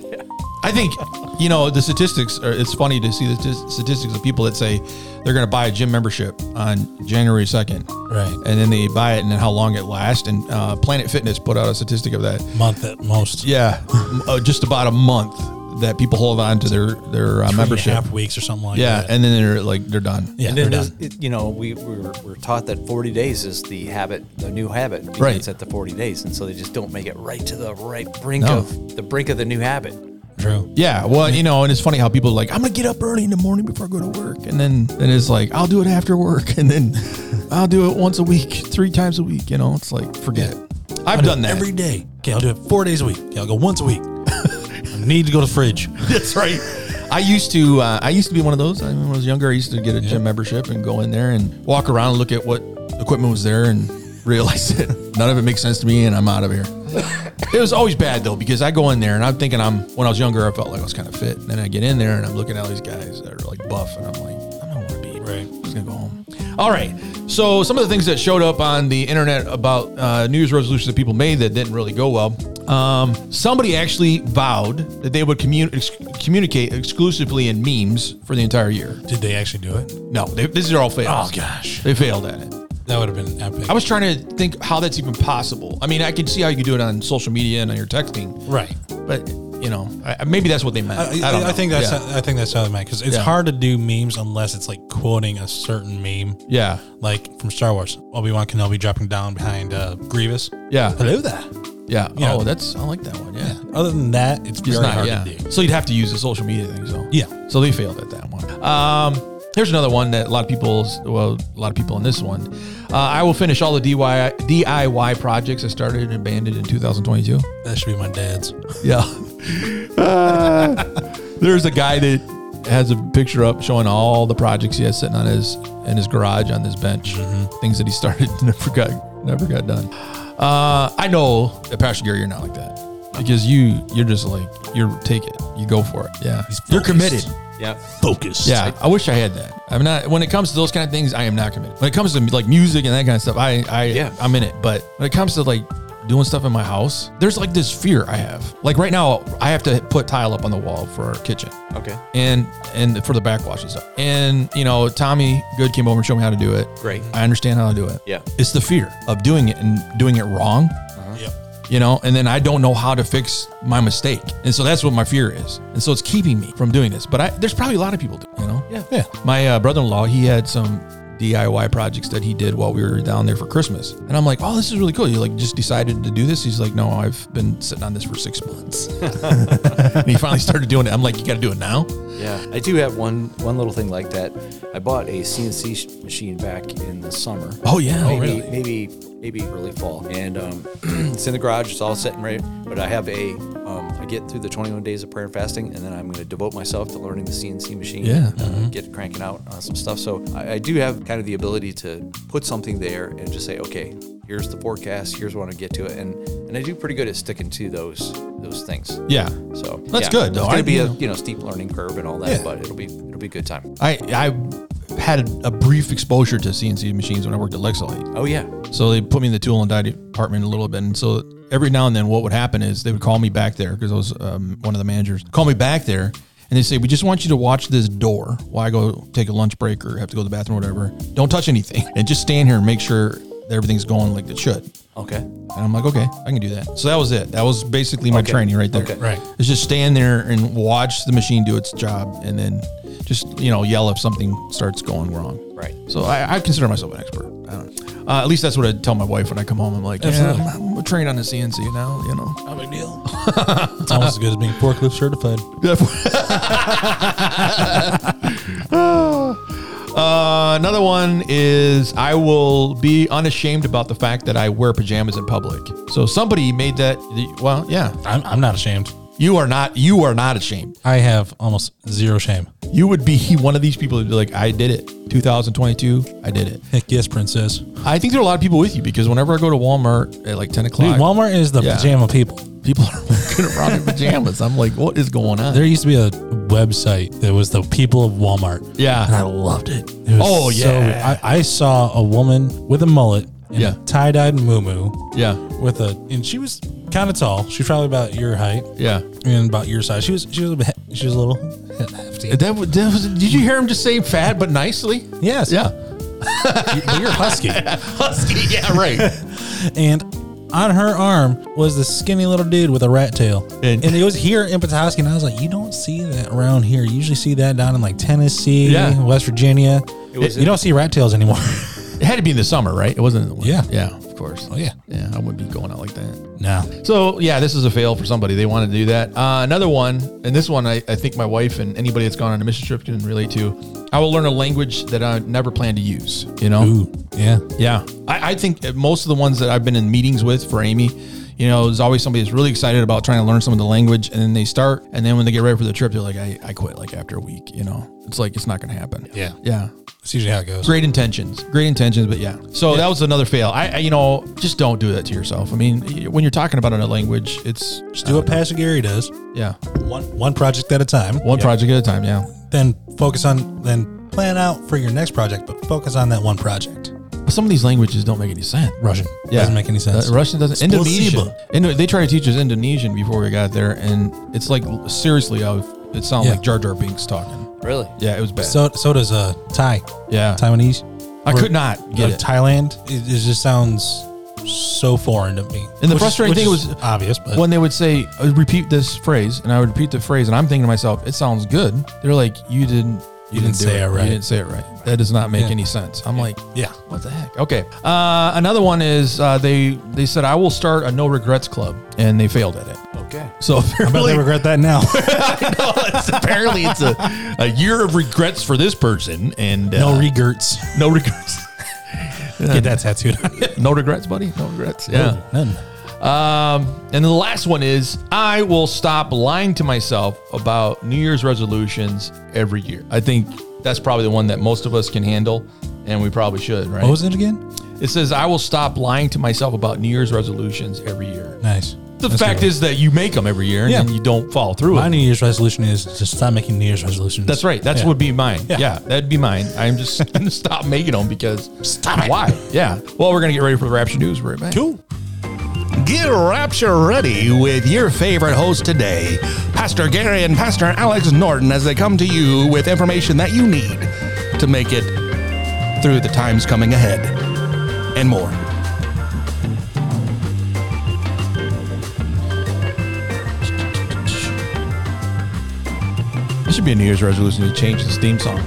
Speaker 1: I think you know the statistics. Are, it's funny to see the tis- statistics of people that say they're going to buy a gym membership on January second,
Speaker 6: Right.
Speaker 1: And then they buy it, and then how long it lasts. And uh, Planet Fitness put out a statistic of that.
Speaker 6: Month at most.
Speaker 1: Yeah, m- uh, just about a month that people hold on to their their uh,
Speaker 6: Three and a
Speaker 1: membership.
Speaker 6: half weeks or something like
Speaker 1: Yeah,
Speaker 6: that.
Speaker 1: and then they're like they're done.
Speaker 6: yeah,
Speaker 4: And then,
Speaker 6: they're
Speaker 4: there's-
Speaker 6: done.
Speaker 4: it, you know, we, we were, we're taught that 40 days is the habit, the new habit. begins
Speaker 1: Right.
Speaker 4: at the 40 days. And so they just don't make it right to the right brink
Speaker 1: No.
Speaker 4: of the brink of the new habit.
Speaker 6: True.
Speaker 1: Yeah, well, you know, and it's funny how people are like, I'm gonna get up early in the morning before I go to work, and then then it's like, I'll do it after work, and then I'll do it once a week, three times a week. You know, it's like, forget it. I've done that.
Speaker 6: every day. Okay, I'll do it four days a week. Okay, I'll go once a week. I need to go to the fridge.
Speaker 1: That's right. I used to, uh, I used to be one of those. I mean, when I was younger, I used to get a gym membership and go in there and walk around and look at what equipment was there and realize that none of it makes sense to me, and I'm out of here. it was always bad though because I go in there and I'm thinking I'm. When I was younger, I felt like I was kind of fit, and then I get in there and I'm looking at all these guys that are like buff, and I'm like, I don't want to be
Speaker 6: Right.
Speaker 1: I'm just gonna go home. All right. So some of the things that showed up on the internet about uh, New Year's resolutions that people made that didn't really go well. Um, somebody actually vowed that they would commun- ex- communicate exclusively in memes for the entire year.
Speaker 6: Did they actually do it?
Speaker 1: No, they, these are all fails.
Speaker 6: Oh, gosh.
Speaker 1: they failed at it.
Speaker 6: That would have been epic.
Speaker 1: I was trying to think how that's even possible. I mean, I could see how you could do it on social media and on your texting,
Speaker 6: right.
Speaker 1: but you know, I, maybe that's what they meant.
Speaker 6: I,
Speaker 1: I, don't know.
Speaker 6: I think that's
Speaker 1: yeah.
Speaker 6: I think that's how they meant because it's
Speaker 1: Yeah.
Speaker 6: hard to do memes unless it's like quoting a certain meme,
Speaker 1: yeah,
Speaker 6: like from Star Wars. Obi Wan Kenobi dropping down behind uh, Grievous.
Speaker 1: Yeah.
Speaker 6: hello there.
Speaker 1: yeah.
Speaker 6: Yeah.
Speaker 1: Oh, that's I like that one. Yeah.
Speaker 6: Other than that, it's very
Speaker 1: It's not,
Speaker 6: hard
Speaker 1: yeah.
Speaker 6: to do.
Speaker 1: So you'd have to use the social media thing. So
Speaker 6: Yeah.
Speaker 1: So they failed at that one. Um, here's another one that a lot of people, well, a lot of people in this one. Uh, I will finish all the DIY DIY projects I started and abandoned in 2022.
Speaker 6: That should be my dad's.
Speaker 1: Yeah. Uh, there's a guy that has a picture up showing all the projects he has sitting on his in his garage on this bench, things that he started and never got never got done. Uh, I know, that Pastor Gary, you're not like that because you you're just like you're take it, you go for it. Yeah, you're committed.
Speaker 4: Yeah.
Speaker 6: Focus.
Speaker 1: Yeah, I, wish I had that. I'm not when it comes to those kind of things. I am not committed. When it comes to like music and that kind of stuff, I I
Speaker 4: Yeah.
Speaker 1: I'm in it. But when it comes to like doing stuff in my house, there's like this fear I have. Like right now, I have to put tile up on the wall for our kitchen.
Speaker 4: Okay.
Speaker 1: And and for the backwash and stuff. And you know, Tommy Good came over and showed me how to do it.
Speaker 4: Great.
Speaker 1: I understand how to do it.
Speaker 4: Yeah. Uh-huh.
Speaker 1: It's the fear of doing it and doing it wrong
Speaker 6: Yep.
Speaker 1: you know, and then I don't know how to fix my mistake. And so that's what my fear is. And so it's keeping me from doing this. But I, there's probably a lot of people, do, you know?
Speaker 4: Yeah.
Speaker 1: My uh, brother in law, he had some DIY projects that he did while we were down there for Christmas. And I'm like, oh, this is really cool. You like just decided to do this? He's like, no, I've been sitting on this for six months. and he finally started doing it. I'm like, you got to do it now.
Speaker 4: Yeah, I do have one one little thing like that. I bought a CNC sh- machine back in the summer.
Speaker 1: Oh, yeah. Oh,
Speaker 4: maybe
Speaker 1: really?
Speaker 4: maybe maybe early fall, and um, it's in the garage. It's all set and ready. But I have a um, I get through the 21 days of prayer and fasting, and then I'm going to devote myself to learning the CNC machine.
Speaker 1: Yeah. Mm-hmm.
Speaker 4: uh, get cranking out on some stuff. So I, I do have kind of the ability to put something there and just say, okay, here's the forecast. Here's what I get to it, and and I do pretty good at sticking to those those things.
Speaker 1: Yeah.
Speaker 4: So
Speaker 1: That's
Speaker 4: yeah,
Speaker 1: good, though.
Speaker 4: It's
Speaker 1: I-
Speaker 4: gonna be
Speaker 1: you
Speaker 4: a
Speaker 1: know.
Speaker 4: you know steep learning curve and all that,
Speaker 1: Yeah.
Speaker 4: but it'll be it'll be a good time.
Speaker 1: I, I had a brief exposure to CNC machines when I worked at Lexolite.
Speaker 4: Oh yeah,
Speaker 1: So they put me in the tool and die department a little bit. And so every now and then, what would happen is they would call me back there because I was um, one of the managers. Call me back there, and they say, "We just want you to watch this door while I go take a lunch break or have to go to the bathroom or whatever. Don't touch anything, and just stand here and make sure that everything's going like it should."
Speaker 4: okay.
Speaker 1: And I'm like, okay, I can do that. So that was it. That was basically my training right there.
Speaker 4: Okay.
Speaker 6: Right.
Speaker 1: It's just stand there and watch the machine do its job, and then just you know yell if something starts going wrong.
Speaker 4: Right.
Speaker 1: So I, I consider myself an expert. I don't know. Uh, at least that's what I tell my wife when I come home. I'm like, yeah,
Speaker 6: Absolutely.
Speaker 1: I'm, I'm trained on the CNC now. You know.
Speaker 6: No big deal. it's almost as good as being forklift certified.
Speaker 1: Uh, another one is I will be unashamed about the fact that I wear pajamas in public. So somebody made that. Well, yeah,
Speaker 6: I'm, I'm not ashamed.
Speaker 1: you are not. You are not ashamed.
Speaker 6: I have almost zero shame.
Speaker 1: You would be one of these people that would be like, I did it. 2022, I did it.
Speaker 6: Heck yes, princess.
Speaker 1: I think there are a lot of people with you because whenever I go to Walmart at like 10
Speaker 6: Dude,
Speaker 1: o'clock,
Speaker 6: Walmart is the
Speaker 1: Yeah.
Speaker 6: pajama people.
Speaker 1: people are walking around in pajamas. I'm like, what is going on?
Speaker 6: There used to be a website that was the people of Walmart.
Speaker 1: Yeah.
Speaker 6: And I loved it. It was
Speaker 1: Oh,
Speaker 6: so-
Speaker 1: yeah.
Speaker 6: I, I saw a woman with a mullet and
Speaker 1: Yeah.
Speaker 6: a tie dyed moo
Speaker 1: yeah.
Speaker 6: with a, and she was kind of tall. She was probably about your height
Speaker 1: Yeah.
Speaker 6: and about your size. She was, she was a bit, she was a little hefty.
Speaker 1: That, was- that was, did you hear him just say fat but nicely?
Speaker 6: Yes.
Speaker 1: Yeah.
Speaker 6: But you're husky.
Speaker 1: Husky. Yeah, right.
Speaker 6: and on her arm was this skinny little dude with a rat tail.
Speaker 1: And-
Speaker 6: And, it was here in Petoskey. And I was like, you don't see that around here. You usually see that down in like Tennessee,
Speaker 1: Yeah.
Speaker 6: West Virginia.
Speaker 4: was
Speaker 6: you
Speaker 4: in-
Speaker 6: don't see rat tails anymore.
Speaker 1: it had to be in the summer, right? It wasn't in the winter.
Speaker 6: Yeah.
Speaker 1: Yeah, of course.
Speaker 6: Oh, yeah.
Speaker 1: Yeah, I wouldn't be going out like that.
Speaker 6: no.
Speaker 1: So, yeah, this is a fail for somebody. They wanted to do that. Uh, another one, and this one I, I think my wife and anybody that's gone on a mission trip can relate to. I will learn a language that I never plan to use, you know?
Speaker 6: Ooh. Yeah.
Speaker 1: Yeah, I, I think that most of the ones that I've been in meetings with for Amy, you know, there's always somebody that's really excited about trying to learn some of the language, and then they start, and then when they get ready for the trip, they're like, I, I quit like after a week. You know, it's like it's not going to happen.
Speaker 6: Yeah.
Speaker 1: yeah.
Speaker 6: That's usually how it goes.
Speaker 1: Great intentions, great intentions, but yeah. So that was another fail. I, I, you know, just don't do that to yourself. I mean, y- when you're talking about another language, it's
Speaker 6: Just do what Pastor Gary does.
Speaker 1: yeah,
Speaker 6: One one project at a time.
Speaker 1: one project at a time. Yeah.
Speaker 6: Then focus on then plan out for your next project, but focus on that one project.
Speaker 1: But some of these languages don't make any sense.
Speaker 6: Russian.
Speaker 1: Yeah.
Speaker 6: Doesn't make any sense.
Speaker 1: Uh, Russian doesn't.
Speaker 6: It's
Speaker 1: Indonesian.
Speaker 6: placebo.
Speaker 1: Indo- they tried to teach us Indonesian before we got there, and it's like seriously, I was, it sounded
Speaker 6: Yeah.
Speaker 1: like Jar Jar Binks talking.
Speaker 4: Really?
Speaker 1: Yeah, it was bad.
Speaker 6: So so does uh Thai.
Speaker 1: yeah,
Speaker 6: Taiwanese.
Speaker 1: I
Speaker 6: Or-
Speaker 1: could not get
Speaker 6: Uh,
Speaker 1: it.
Speaker 6: Thailand. It, it just sounds so foreign to
Speaker 1: And the
Speaker 6: me. Which is-
Speaker 1: frustrating
Speaker 6: which
Speaker 1: thing
Speaker 6: is
Speaker 1: was-
Speaker 6: obvious, but
Speaker 1: when they would say uh, repeat this phrase, and I would repeat the phrase, and I'm thinking to myself, it sounds good. They're like, you didn't, you,
Speaker 6: didn't
Speaker 1: do
Speaker 6: say it right.
Speaker 1: You didn't say it right. That does not make
Speaker 6: Yeah.
Speaker 1: any sense. I'm like,
Speaker 6: yeah,
Speaker 1: What the heck? Okay. Uh, another one is uh, they they said I will start a no regrets club, and they failed at it.
Speaker 4: Okay.
Speaker 1: So
Speaker 6: but
Speaker 1: apparently,
Speaker 6: they regret that now.
Speaker 1: it's apparently it's a, a year of regrets for this person and uh,
Speaker 6: no regrets.
Speaker 1: no regrets
Speaker 6: Get that tattooed on you.
Speaker 1: no regrets buddy no regrets yeah
Speaker 6: None.
Speaker 1: um and the last one is i will stop lying to myself about new year's resolutions every year i think that's probably the one that most of us can handle and we probably should right
Speaker 6: What was it again?
Speaker 1: it says i will stop lying to myself about new year's resolutions every year
Speaker 6: Nice.
Speaker 1: the
Speaker 6: That's
Speaker 1: fact
Speaker 6: good.
Speaker 1: is that you make them every year
Speaker 6: Yeah.
Speaker 1: and then you don't follow through with
Speaker 6: my
Speaker 1: it.
Speaker 6: New Year's resolution is to stop making New Year's resolutions.
Speaker 1: That's right. That's
Speaker 6: Yeah.
Speaker 1: would be mine. Yeah.
Speaker 6: Yeah.
Speaker 1: that'd be mine. I'm just gonna stop making them because
Speaker 6: Stop it.
Speaker 1: why? Yeah. Well, we're gonna get ready for the Rapture News. We're right back.
Speaker 6: Cool.
Speaker 2: Get Rapture ready with your favorite host today, Pastor Gary and Pastor Alex Norton, as they come to you with information that you need to make it through the times coming ahead and more.
Speaker 1: This should be a New Year's resolution to change this theme song.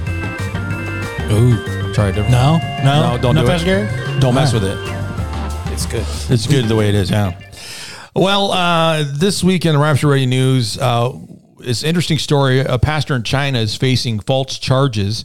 Speaker 6: Ooh.
Speaker 1: Try a different.
Speaker 6: No, no,
Speaker 1: no, don't
Speaker 6: no
Speaker 1: do
Speaker 6: Pastor
Speaker 1: it.
Speaker 6: Gary?
Speaker 1: Don't mess
Speaker 6: All
Speaker 1: with it.
Speaker 4: It's good.
Speaker 1: It's good the way it is. Yeah. Well, uh, this week in Rapture Ready News, uh, it's an interesting story. A pastor in China is facing false charges.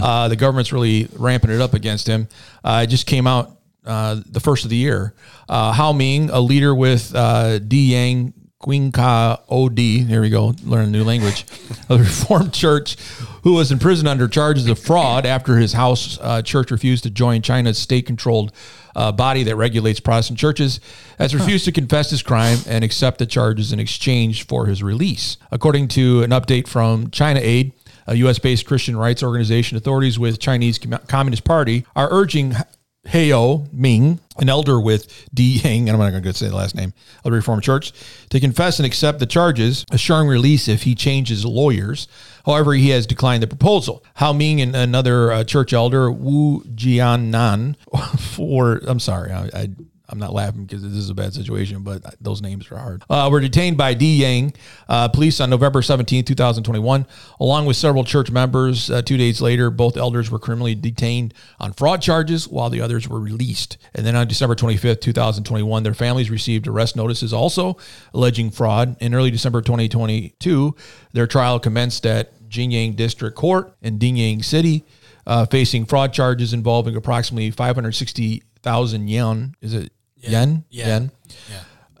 Speaker 1: Uh, the government's really ramping it up against him. Uh, it just came out uh, the first of the year. Uh, Hao Ming, a leader with uh, D Yang Quinca OD, here we go, learn a new language, of the Reformed Church, who was imprisoned under charges of fraud after his house uh, church refused to join China's state controlled uh, body that regulates Protestant churches, has refused to confess his crime and accept the charges in exchange for his release. According to an update from China Aid, a U.S. based Christian rights organization, authorities with Chinese Com- Communist Party are urging Heo Ming, an elder with D Yang, and I'm not going to say the last name of the Reformed Church, to confess and accept the charges, assuring release if he changes lawyers. However, he has declined the proposal. Hao Ming and another uh, church elder, Wu Jiannan, for I'm sorry, I, I I'm not laughing because this is a bad situation, but those names are hard. Uh, were detained by D Yang uh, police on November 17, 2021, along with several church members. Uh, two days later, both elders were criminally detained on fraud charges, while the others were released. And then on December 25th, 2021, their families received arrest notices also alleging fraud. In early December 2022, their trial commenced at Jingyang District Court in Dingyang City uh, facing fraud charges involving approximately 560,000 yen. Is it yen?
Speaker 6: Yeah.
Speaker 1: Yen.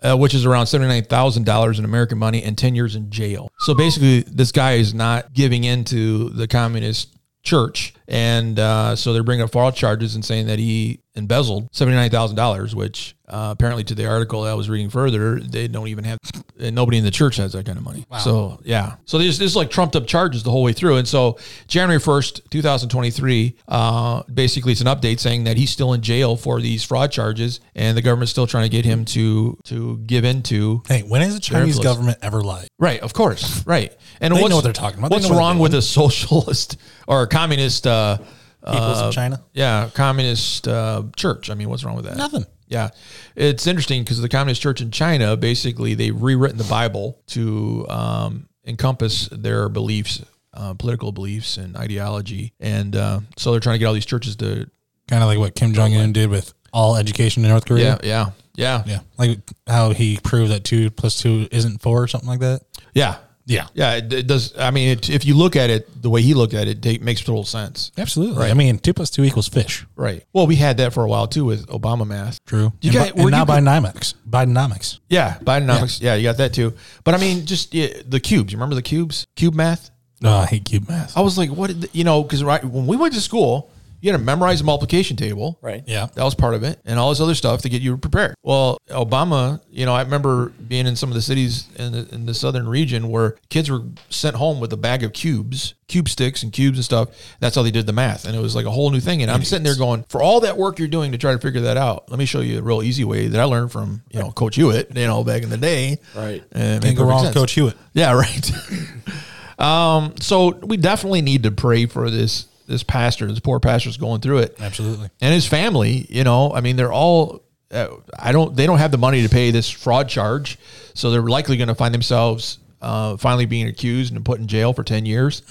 Speaker 1: Uh, which is around $79,000 in American money and 10 years in jail. So basically, this guy is not giving in to the communist church. And uh, so they're bringing up fraud charges and saying that he embezzled $79,000, which uh, apparently to the article I was reading further, they don't even have, and nobody in the church has that kind of money. So, yeah. So there's this is like trumped up charges the whole way through. And so January 1st, 2023, uh, basically it's an update saying that he's still in jail for these fraud charges and the government's still trying to get him to, to give in to
Speaker 6: Hey, when has the Chinese
Speaker 1: Terrible.
Speaker 6: government ever lied?
Speaker 1: Right, of course, right. And
Speaker 6: They know
Speaker 1: what's,
Speaker 6: what they're talking about. They
Speaker 1: What's
Speaker 6: know what
Speaker 1: wrong
Speaker 6: they're
Speaker 1: with a socialist or a communist? Uh,
Speaker 6: Peoples
Speaker 1: uh,
Speaker 6: of China?
Speaker 1: Yeah, communist uh, church. I mean, what's wrong with that?
Speaker 6: Nothing.
Speaker 1: Yeah, it's interesting because the communist church in China basically they've rewritten the Bible to um, encompass their beliefs, uh, political beliefs, and ideology, and uh, so they're trying to get all these churches to.
Speaker 6: Kind of like what Kim Jong Un did with all education in North
Speaker 1: Yeah,
Speaker 6: Korea.
Speaker 1: yeah, yeah, yeah.
Speaker 6: Yeah. Like how he proved that two plus two isn't four or something like that. Yeah.
Speaker 1: Yeah, it, it does. I mean, it, if you look at it the way he looked at it, it ta- makes total sense.
Speaker 6: Absolutely. I mean, two plus two equals fish.
Speaker 1: Right. Well, we had that for a while too with Obama math.
Speaker 6: True.
Speaker 1: You
Speaker 6: and
Speaker 1: got-
Speaker 6: bi- and
Speaker 1: were
Speaker 6: now
Speaker 1: you-
Speaker 6: Bidenomics. Bidenomics.
Speaker 1: Yeah, Bidenomics. Yeah. you got that too. But I mean, just yeah, the cubes. You remember the cubes? Cube math.
Speaker 6: Oh, I hate cube math.
Speaker 1: I was like, what? Did the, you know, because right when we went to school, you had to memorize the multiplication table.
Speaker 4: Right.
Speaker 6: Yeah.
Speaker 1: That was part of it, and all this other stuff to get you prepared. Well, Obama, you know, I remember being in some of the cities in the, in the southern region where kids were sent home with a bag of cubes, cube sticks, and cubes and stuff. That's how they did the math, and it was like a whole new thing. And I'm sitting there going, for all that work you're doing to try to figure that out, let me show you a real easy way that I learned from you know Coach Hewitt, you know, back in the day.
Speaker 4: Right.
Speaker 1: And it made
Speaker 6: Can't go
Speaker 1: perfect
Speaker 6: wrong with
Speaker 1: sense.
Speaker 6: Coach Hewitt.
Speaker 1: Yeah, right. um, so we definitely need to pray for this this pastor, this poor pastor's going through it,
Speaker 6: Absolutely.
Speaker 1: and his family. You know, I mean, they're all. Uh, I don't. They don't have the money to pay this fraud charge, so they're likely going to find themselves uh, finally being accused and put in jail for ten years.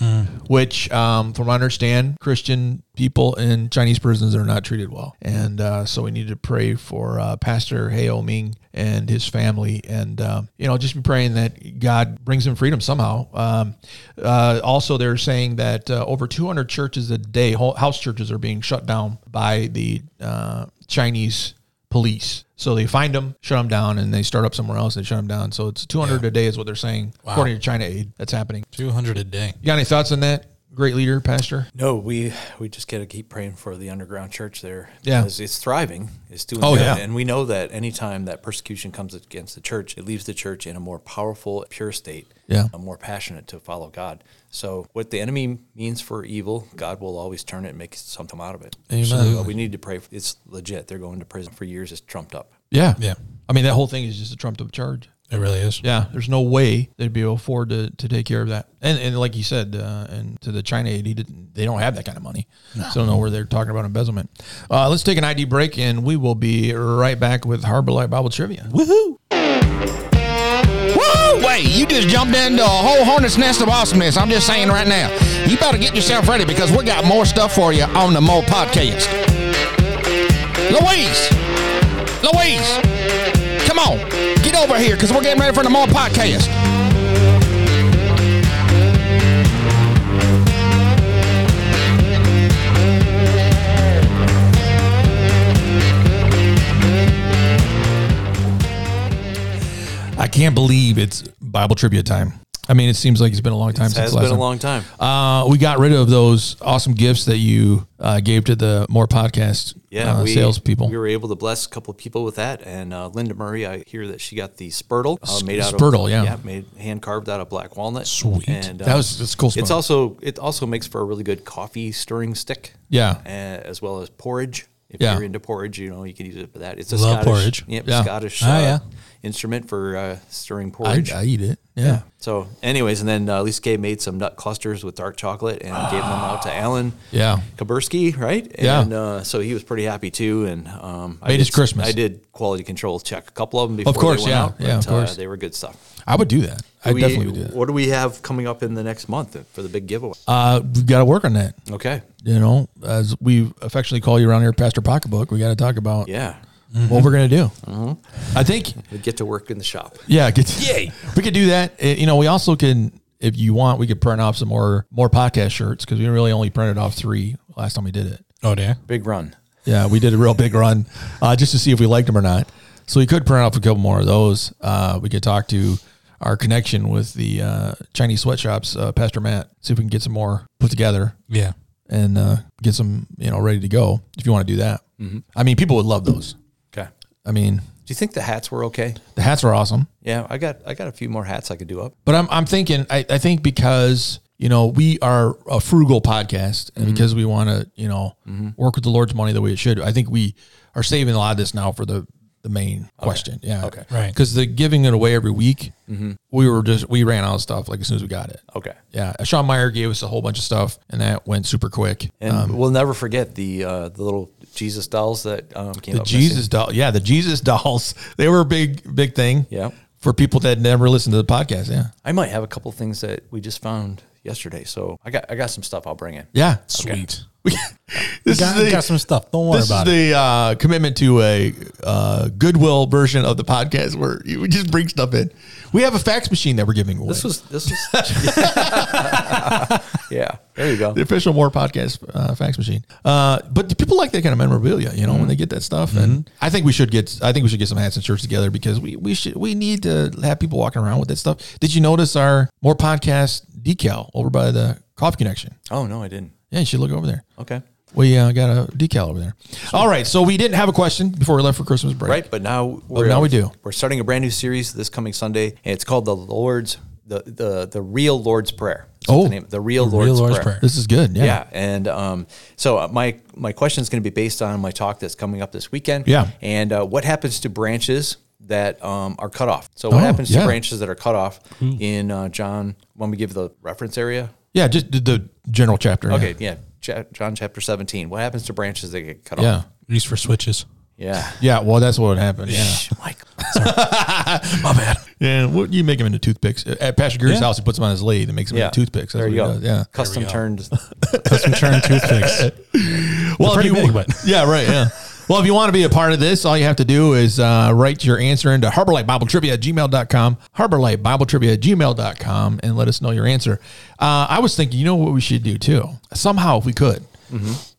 Speaker 1: Which, um, from what I understand, Christian people in Chinese prisons are not treated well, and uh, so we need to pray for uh, Pastor Heo Ming and his family, and um, you know, just be praying that God brings him freedom somehow. Um, uh, also, they're saying that uh, over 200 churches a day, whole, house churches, are being shut down by the uh, Chinese police. So they find them, shut them down, and they start up somewhere else and shut them down. So it's 200 a day is what they're saying, according to China Aid. That's happening.
Speaker 6: 200 a day.
Speaker 1: You got any thoughts on that? Great leader, pastor.
Speaker 4: No, we we just got to keep praying for the underground church there.
Speaker 1: Yeah.
Speaker 4: because it's thriving. It's doing.
Speaker 1: Oh,
Speaker 4: good.
Speaker 1: yeah.
Speaker 4: and we know that anytime that persecution comes against the church, it leaves the church in a more powerful, pure state.
Speaker 1: Yeah.
Speaker 4: uh, more passionate to follow God. So what the enemy means for evil, God will always turn it and make something out of it. So we need to pray. It's legit. They're going to prison for years. It's trumped up.
Speaker 1: Yeah,
Speaker 6: Yeah.
Speaker 1: I mean, that whole thing is just a trumped up charge.
Speaker 6: It really is.
Speaker 1: Yeah, there's no way they'd be able to afford to, to take care of that. And and like you said, uh, and to the China aid, he didn't, they don't have that kind of money. So I don't know where they're talking about embezzlement. Uh, let's take an ID break, and we will be right back with Harbor Light Bible Trivia.
Speaker 2: Woo! way, you just jumped into a whole hornet's nest of awesomeness. I'm just saying right now, you better get yourself ready because we got more stuff for you on the Mo Podcast. Louise, Louise, come on, get over here because we're getting ready for the Mo Podcast.
Speaker 1: I can't believe it's Bible trivia time. I mean, it seems like it's been a long time since
Speaker 4: has
Speaker 1: last
Speaker 4: been a
Speaker 1: time.
Speaker 4: long time.
Speaker 1: Uh, we got rid of those awesome gifts that you uh, gave to the More Podcast
Speaker 4: Yeah,
Speaker 1: uh,
Speaker 4: we,
Speaker 1: salespeople.
Speaker 4: We were able to bless a couple people with that, and uh, Linda Murray. I hear that she got the spurtle uh, made out
Speaker 1: spurtle,
Speaker 4: of
Speaker 1: yeah.
Speaker 4: made hand carved out of black walnut. uh,
Speaker 1: Sweet. That was- that's cool
Speaker 4: It's
Speaker 1: smelling.
Speaker 4: also it also makes for a really good coffee stirring stick.
Speaker 1: Yeah.
Speaker 4: uh, as well as porridge. If
Speaker 1: Yeah.
Speaker 4: you're into porridge, you know you can use it for that. It's a
Speaker 6: Love
Speaker 4: Scottish,
Speaker 6: porridge.
Speaker 4: Yep,
Speaker 1: Yeah.
Speaker 4: Scottish
Speaker 6: Ah,
Speaker 4: uh,
Speaker 6: yeah.
Speaker 4: instrument for uh, stirring
Speaker 1: I,
Speaker 4: porridge.
Speaker 1: I eat it. Yeah.
Speaker 4: So, anyways, and then uh, Lise Kay made some nut clusters with dark chocolate and gave them out to Alan.
Speaker 1: Ah. Yeah.
Speaker 4: Kaburski, right?
Speaker 1: Yeah.
Speaker 4: And uh, so he was pretty happy too. And um, I
Speaker 1: Made
Speaker 4: did,
Speaker 1: his Christmas.
Speaker 4: I did quality control check a couple of them before. they
Speaker 1: course,
Speaker 4: went
Speaker 1: yeah,
Speaker 4: out,
Speaker 1: yeah, of
Speaker 4: but, uh,
Speaker 1: course.
Speaker 4: they were good stuff.
Speaker 1: I would do that. I
Speaker 4: We-
Speaker 1: definitely would do that.
Speaker 4: What do we have coming up in the next month for the big giveaway?
Speaker 1: Uh, we've got to work on that.
Speaker 4: okay.
Speaker 1: You know, as we affectionately call you around here, Pastor Pocketbook, we got to talk about
Speaker 4: Yeah.
Speaker 1: what we're going to do. I think,
Speaker 4: We get to work in the shop.
Speaker 1: yeah, get, yay, we could do that. Uh, you know, we also can, if you want, we could print off some more more podcast shirts because we really only printed off three last time we did it.
Speaker 6: Oh, yeah.
Speaker 4: Big run.
Speaker 1: Yeah, we did a real big run uh, just to see if we liked them or not. So we could print off a couple more of those. Uh, we could talk to our connection with the uh, Chinese sweatshops, uh, Pastor Matt, see if we can get some more put together
Speaker 6: Yeah.
Speaker 1: and uh, get some, you know, ready to go if you want to do that.
Speaker 4: Mm-hmm.
Speaker 1: I mean, people would love those.
Speaker 4: Okay.
Speaker 1: I mean,
Speaker 4: Do you think the hats were okay?
Speaker 1: the hats are awesome,
Speaker 4: Yeah, I got I got a few more hats I could do up.
Speaker 1: but I'm, I'm thinking, I, I think because, you know, we are a frugal podcast
Speaker 4: Mm-hmm.
Speaker 1: and because we want to, you know, work with the Lord's money the way it should, I think we are saving a lot of this now for the, the main question. Yeah. Okay.
Speaker 6: Right.
Speaker 1: Because the giving it away every week, we were just, we ran out of stuff like as soon as we got it.
Speaker 4: Mm-hmm. Okay.
Speaker 1: Yeah. Sean Meyer gave us a whole bunch of stuff and that went super quick.
Speaker 4: And we'll never forget the uh, the little Jesus dolls that um, came
Speaker 1: The
Speaker 4: up. missing.
Speaker 1: Jesus doll, yeah, the Jesus dolls. They were a big, big thing.
Speaker 4: Yeah.
Speaker 1: for people that never listened to the podcast. Yeah,
Speaker 4: I might have a couple things that we just found yesterday. So I got I got some stuff I'll bring in.
Speaker 1: yeah,
Speaker 6: Sweet.
Speaker 1: This
Speaker 6: Got,
Speaker 1: is the,
Speaker 6: got some stuff. Don't worry
Speaker 1: this is
Speaker 6: about it.
Speaker 1: the uh, commitment to a uh, goodwill version of the podcast where you just bring stuff in. We have a fax machine that we're giving away.
Speaker 4: This was this was Yeah. There you go.
Speaker 1: the official War Podcast uh, fax machine. Uh, but the people like that kind of memorabilia, you know,
Speaker 4: Mm-hmm.
Speaker 1: when they get that stuff. And I think we should get, I think we should get some hats and shirts together because we we should we need to have people walking around with that stuff. Did you notice our more podcast decal over by the Coffee Connection?
Speaker 4: Oh no, I didn't.
Speaker 1: Yeah, you should look over there.
Speaker 4: Okay.
Speaker 1: We uh, got a decal over there. All right, so we didn't have a question before we left for Christmas break.
Speaker 4: Right, but now we're
Speaker 1: now we do.
Speaker 4: We're starting a brand new series this coming Sunday, and it's called the Lord's the the the real Lord's Prayer. That's what
Speaker 1: Oh.
Speaker 4: the, name, the real Lord's,
Speaker 6: Real Lord's
Speaker 4: Prayer.
Speaker 6: Prayer.
Speaker 1: This is good. Yeah.
Speaker 4: Yeah. and um, so uh, my my question is going to be based on my talk that's coming up this weekend.
Speaker 1: Yeah.
Speaker 4: and uh, what happens to branches that um, are cut off? So what
Speaker 1: Oh,
Speaker 4: happens
Speaker 1: yeah.
Speaker 4: to branches that are cut off in uh, John? When we give the reference area?
Speaker 1: Yeah, just the- the general chapter. yeah.
Speaker 4: Okay, yeah, Cha- John chapter seventeen. What happens to branches that get cut
Speaker 1: Yeah.
Speaker 4: off?
Speaker 6: Used for switches.
Speaker 4: Yeah,
Speaker 1: Yeah, well, that's what would happen. Yeah.
Speaker 4: Michael.
Speaker 1: My bad. Yeah, well, you make them into toothpicks. Uh, At Pastor Gary's house, he puts them on his lathe and makes them
Speaker 4: Yeah,
Speaker 1: into toothpicks. That's
Speaker 4: there you
Speaker 1: what
Speaker 4: go.
Speaker 1: he does. Yeah.
Speaker 4: custom turned.
Speaker 6: Custom churn toothpicks.
Speaker 1: Well,
Speaker 6: pretty
Speaker 1: if you,
Speaker 6: big, but-
Speaker 1: yeah, right. Yeah. Well, if you want to be a part of this, all you have to do is uh, write your answer into harborlightbibletrivia at gmail.com, harborlightbibletrivia at gmail.com, and let us know your answer. Uh, I was thinking, you know what we should do too? Somehow, if we could,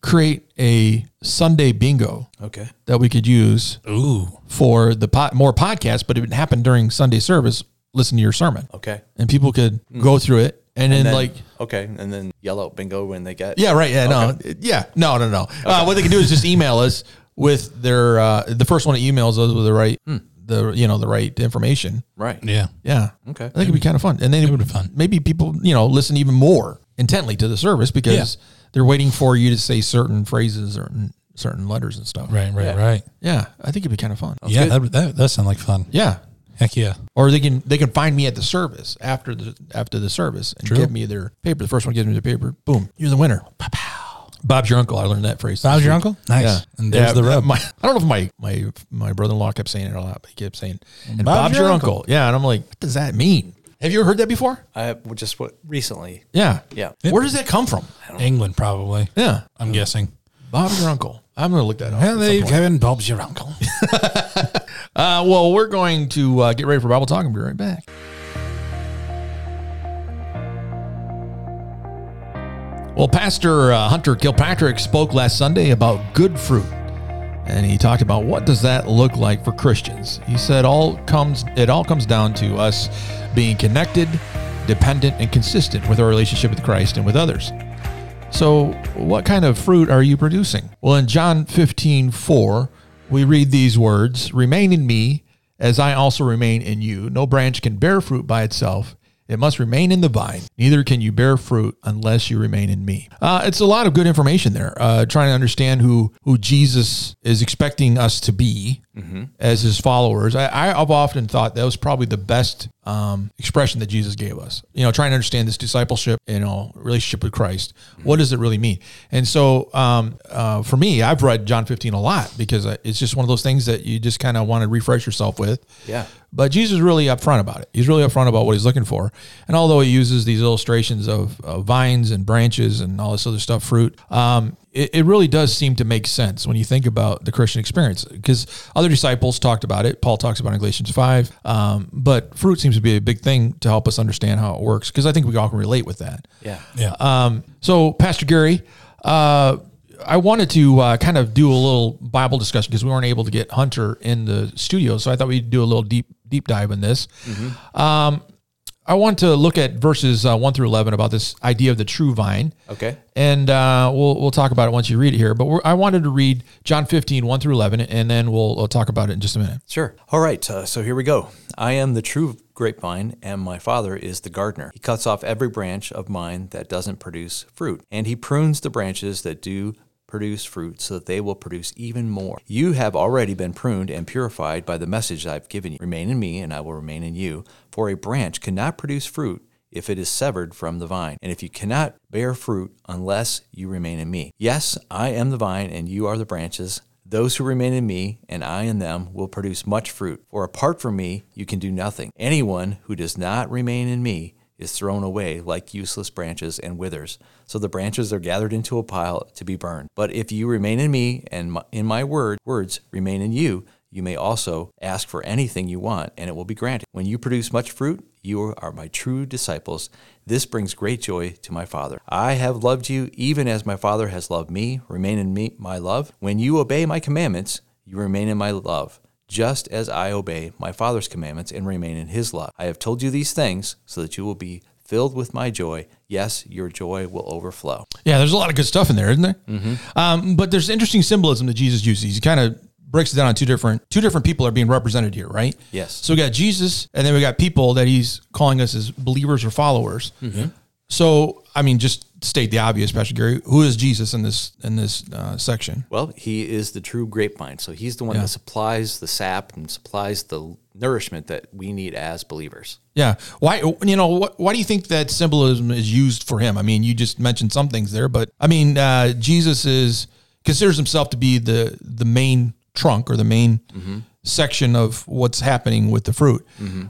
Speaker 1: create a Sunday bingo
Speaker 4: Mm-hmm. Okay.
Speaker 1: that we could use
Speaker 6: Ooh.
Speaker 1: for the po- more podcasts, but it would happen during Sunday service. Listen to your sermon.
Speaker 4: Okay.
Speaker 1: and people could
Speaker 6: Hmm.
Speaker 1: go through it and, then,
Speaker 4: Then-
Speaker 1: like
Speaker 4: okay, and then yell out bingo when they get
Speaker 1: yeah right yeah no yeah no no no uh, what they can do is just email us with their uh, the first one that emails us with the right
Speaker 6: Hmm.
Speaker 1: the you know the right information
Speaker 4: right.
Speaker 6: Yeah.
Speaker 1: yeah
Speaker 4: Okay.
Speaker 1: I think it'd be kind of fun and then it would
Speaker 6: be fun.
Speaker 1: maybe people you know listen even more intently to the service because
Speaker 6: Yeah.
Speaker 1: they're waiting for you to say certain phrases or certain letters and stuff
Speaker 6: Right, right, right.
Speaker 1: yeah I think it'd be kind of fun
Speaker 6: yeah, that, that, that sounds like fun.
Speaker 1: yeah
Speaker 6: Heck yeah.
Speaker 1: or they can they can find me at the service after the after the service and give me their paper. The first one gives me their paper. Boom, you're the winner. Bob's your uncle. I learned that phrase.
Speaker 6: Bob's your uncle? Nice.
Speaker 1: Yeah.
Speaker 6: And there's
Speaker 1: Yeah,
Speaker 6: the rub.
Speaker 1: My, I don't know if my my my brother in law kept saying it a lot, but he kept saying, "And Bob's,
Speaker 6: Bob's
Speaker 1: your,
Speaker 6: your
Speaker 1: uncle. Yeah, and I'm like, what does that mean? Have you ever heard that before?
Speaker 4: I well, just what recently.
Speaker 1: Yeah.
Speaker 4: Yeah.
Speaker 1: Where does that come from?
Speaker 6: England, probably.
Speaker 1: Yeah.
Speaker 6: I'm guessing.
Speaker 1: Bob, your uncle. I'm going to look that up.
Speaker 6: Well, there you go, and Bob's your uncle.
Speaker 1: Uh, well, we're going to uh, get ready for Bible Talk and be right back. Well, Pastor uh, Hunter Kilpatrick spoke last Sunday about good fruit, and he talked about what does that look like for Christians. He said all comes it all comes down to us being connected, dependent, and consistent with our relationship with Christ and with others. So, what kind of fruit are you producing? Well, in John 15, 4, we read these words Remain in me, as I also remain in you. No branch can bear fruit by itself. It must remain in the vine. Neither can you bear fruit unless you remain in me. Uh, it's a lot of good information there, uh, trying to understand who, who Jesus is expecting us to be as his followers. I, I- I've often thought that was probably the best um, expression that Jesus gave us. You know, trying to understand this discipleship, you know, relationship with Christ. What does it really mean? And so, um, uh, for me, I've read John 15 a lot because I- it's just one of those things that you just kind of want to refresh yourself with.
Speaker 4: Yeah.
Speaker 1: But Jesus is really upfront about it. He's really upfront about what he's looking for. And although he uses these illustrations of uh, vines and branches and all this other stuff, fruit, um, it, it really does seem to make sense when you think about the Christian experience. Because other disciples talked about it. Paul talks about it in Galatians 5. Um, but fruit seems to be a big thing to help us understand how it works. Because I think we all can relate with that.
Speaker 4: Yeah.
Speaker 6: yeah.
Speaker 1: Um, so, Pastor Gary, uh, I wanted to uh, kind of do a little Bible discussion because we weren't able to get Hunter in the studio, so I thought we'd do a little deep deep dive in this. Um, I want to look at verses uh, one through eleven about this idea of the true vine.
Speaker 4: Okay.
Speaker 1: and uh, we'll we'll talk about it once you read it here. But we're, I wanted to read John 15, 1 through eleven, and then we'll, we'll talk about it in just a minute.
Speaker 4: Sure. All right. Uh, so here we go. I am the true grapevine, and my father is the gardener. He cuts off every branch of mine that doesn't produce fruit, and he prunes the branches that do produce fruit so that they will produce even more. You have already been pruned and purified by the message I've given you. Remain in me, and I will remain in you. For a branch cannot produce fruit if it is severed from the vine, and if you cannot bear fruit unless you remain in me. Yes, I am the vine, and you are the branches. Those who remain in me and I in them will produce much fruit, for apart from me you can do nothing. Anyone who does not remain in me is thrown away like useless branches and withers. So the branches are gathered into a pile to be burned. But if you remain in me and my, in my word, words remain in you, you may also ask for anything you want and it will be granted. When you produce much fruit, you are my true disciples. This brings great joy to my Father. I have loved you even as my Father has loved me. Remain in me, my love. When you obey my commandments, you remain in my love, just as I obey my Father's commandments and remain in his love. I have told you these things so that you will be filled with my joy. Yes, your joy will overflow.
Speaker 1: Yeah, there's a lot of good stuff in there, isn't there? Um, but there's interesting symbolism that Jesus uses. He kind of breaks it down on two different two different people are being represented here, right?
Speaker 4: Yes.
Speaker 1: So we got Jesus, and then we got people that he's calling us as believers or followers. So I mean, just state the obvious, Pastor Gary. Who is Jesus in this in this uh, section?
Speaker 4: Well, he is the true grapevine. So he's the one that supplies the sap and supplies the nourishment that we need as believers.
Speaker 1: Yeah. Why you know wh- why do you think that symbolism is used for him? I mean, you just mentioned some things there, but I mean, uh, Jesus is considers himself to be the the main trunk or the main section of what's happening with the fruit.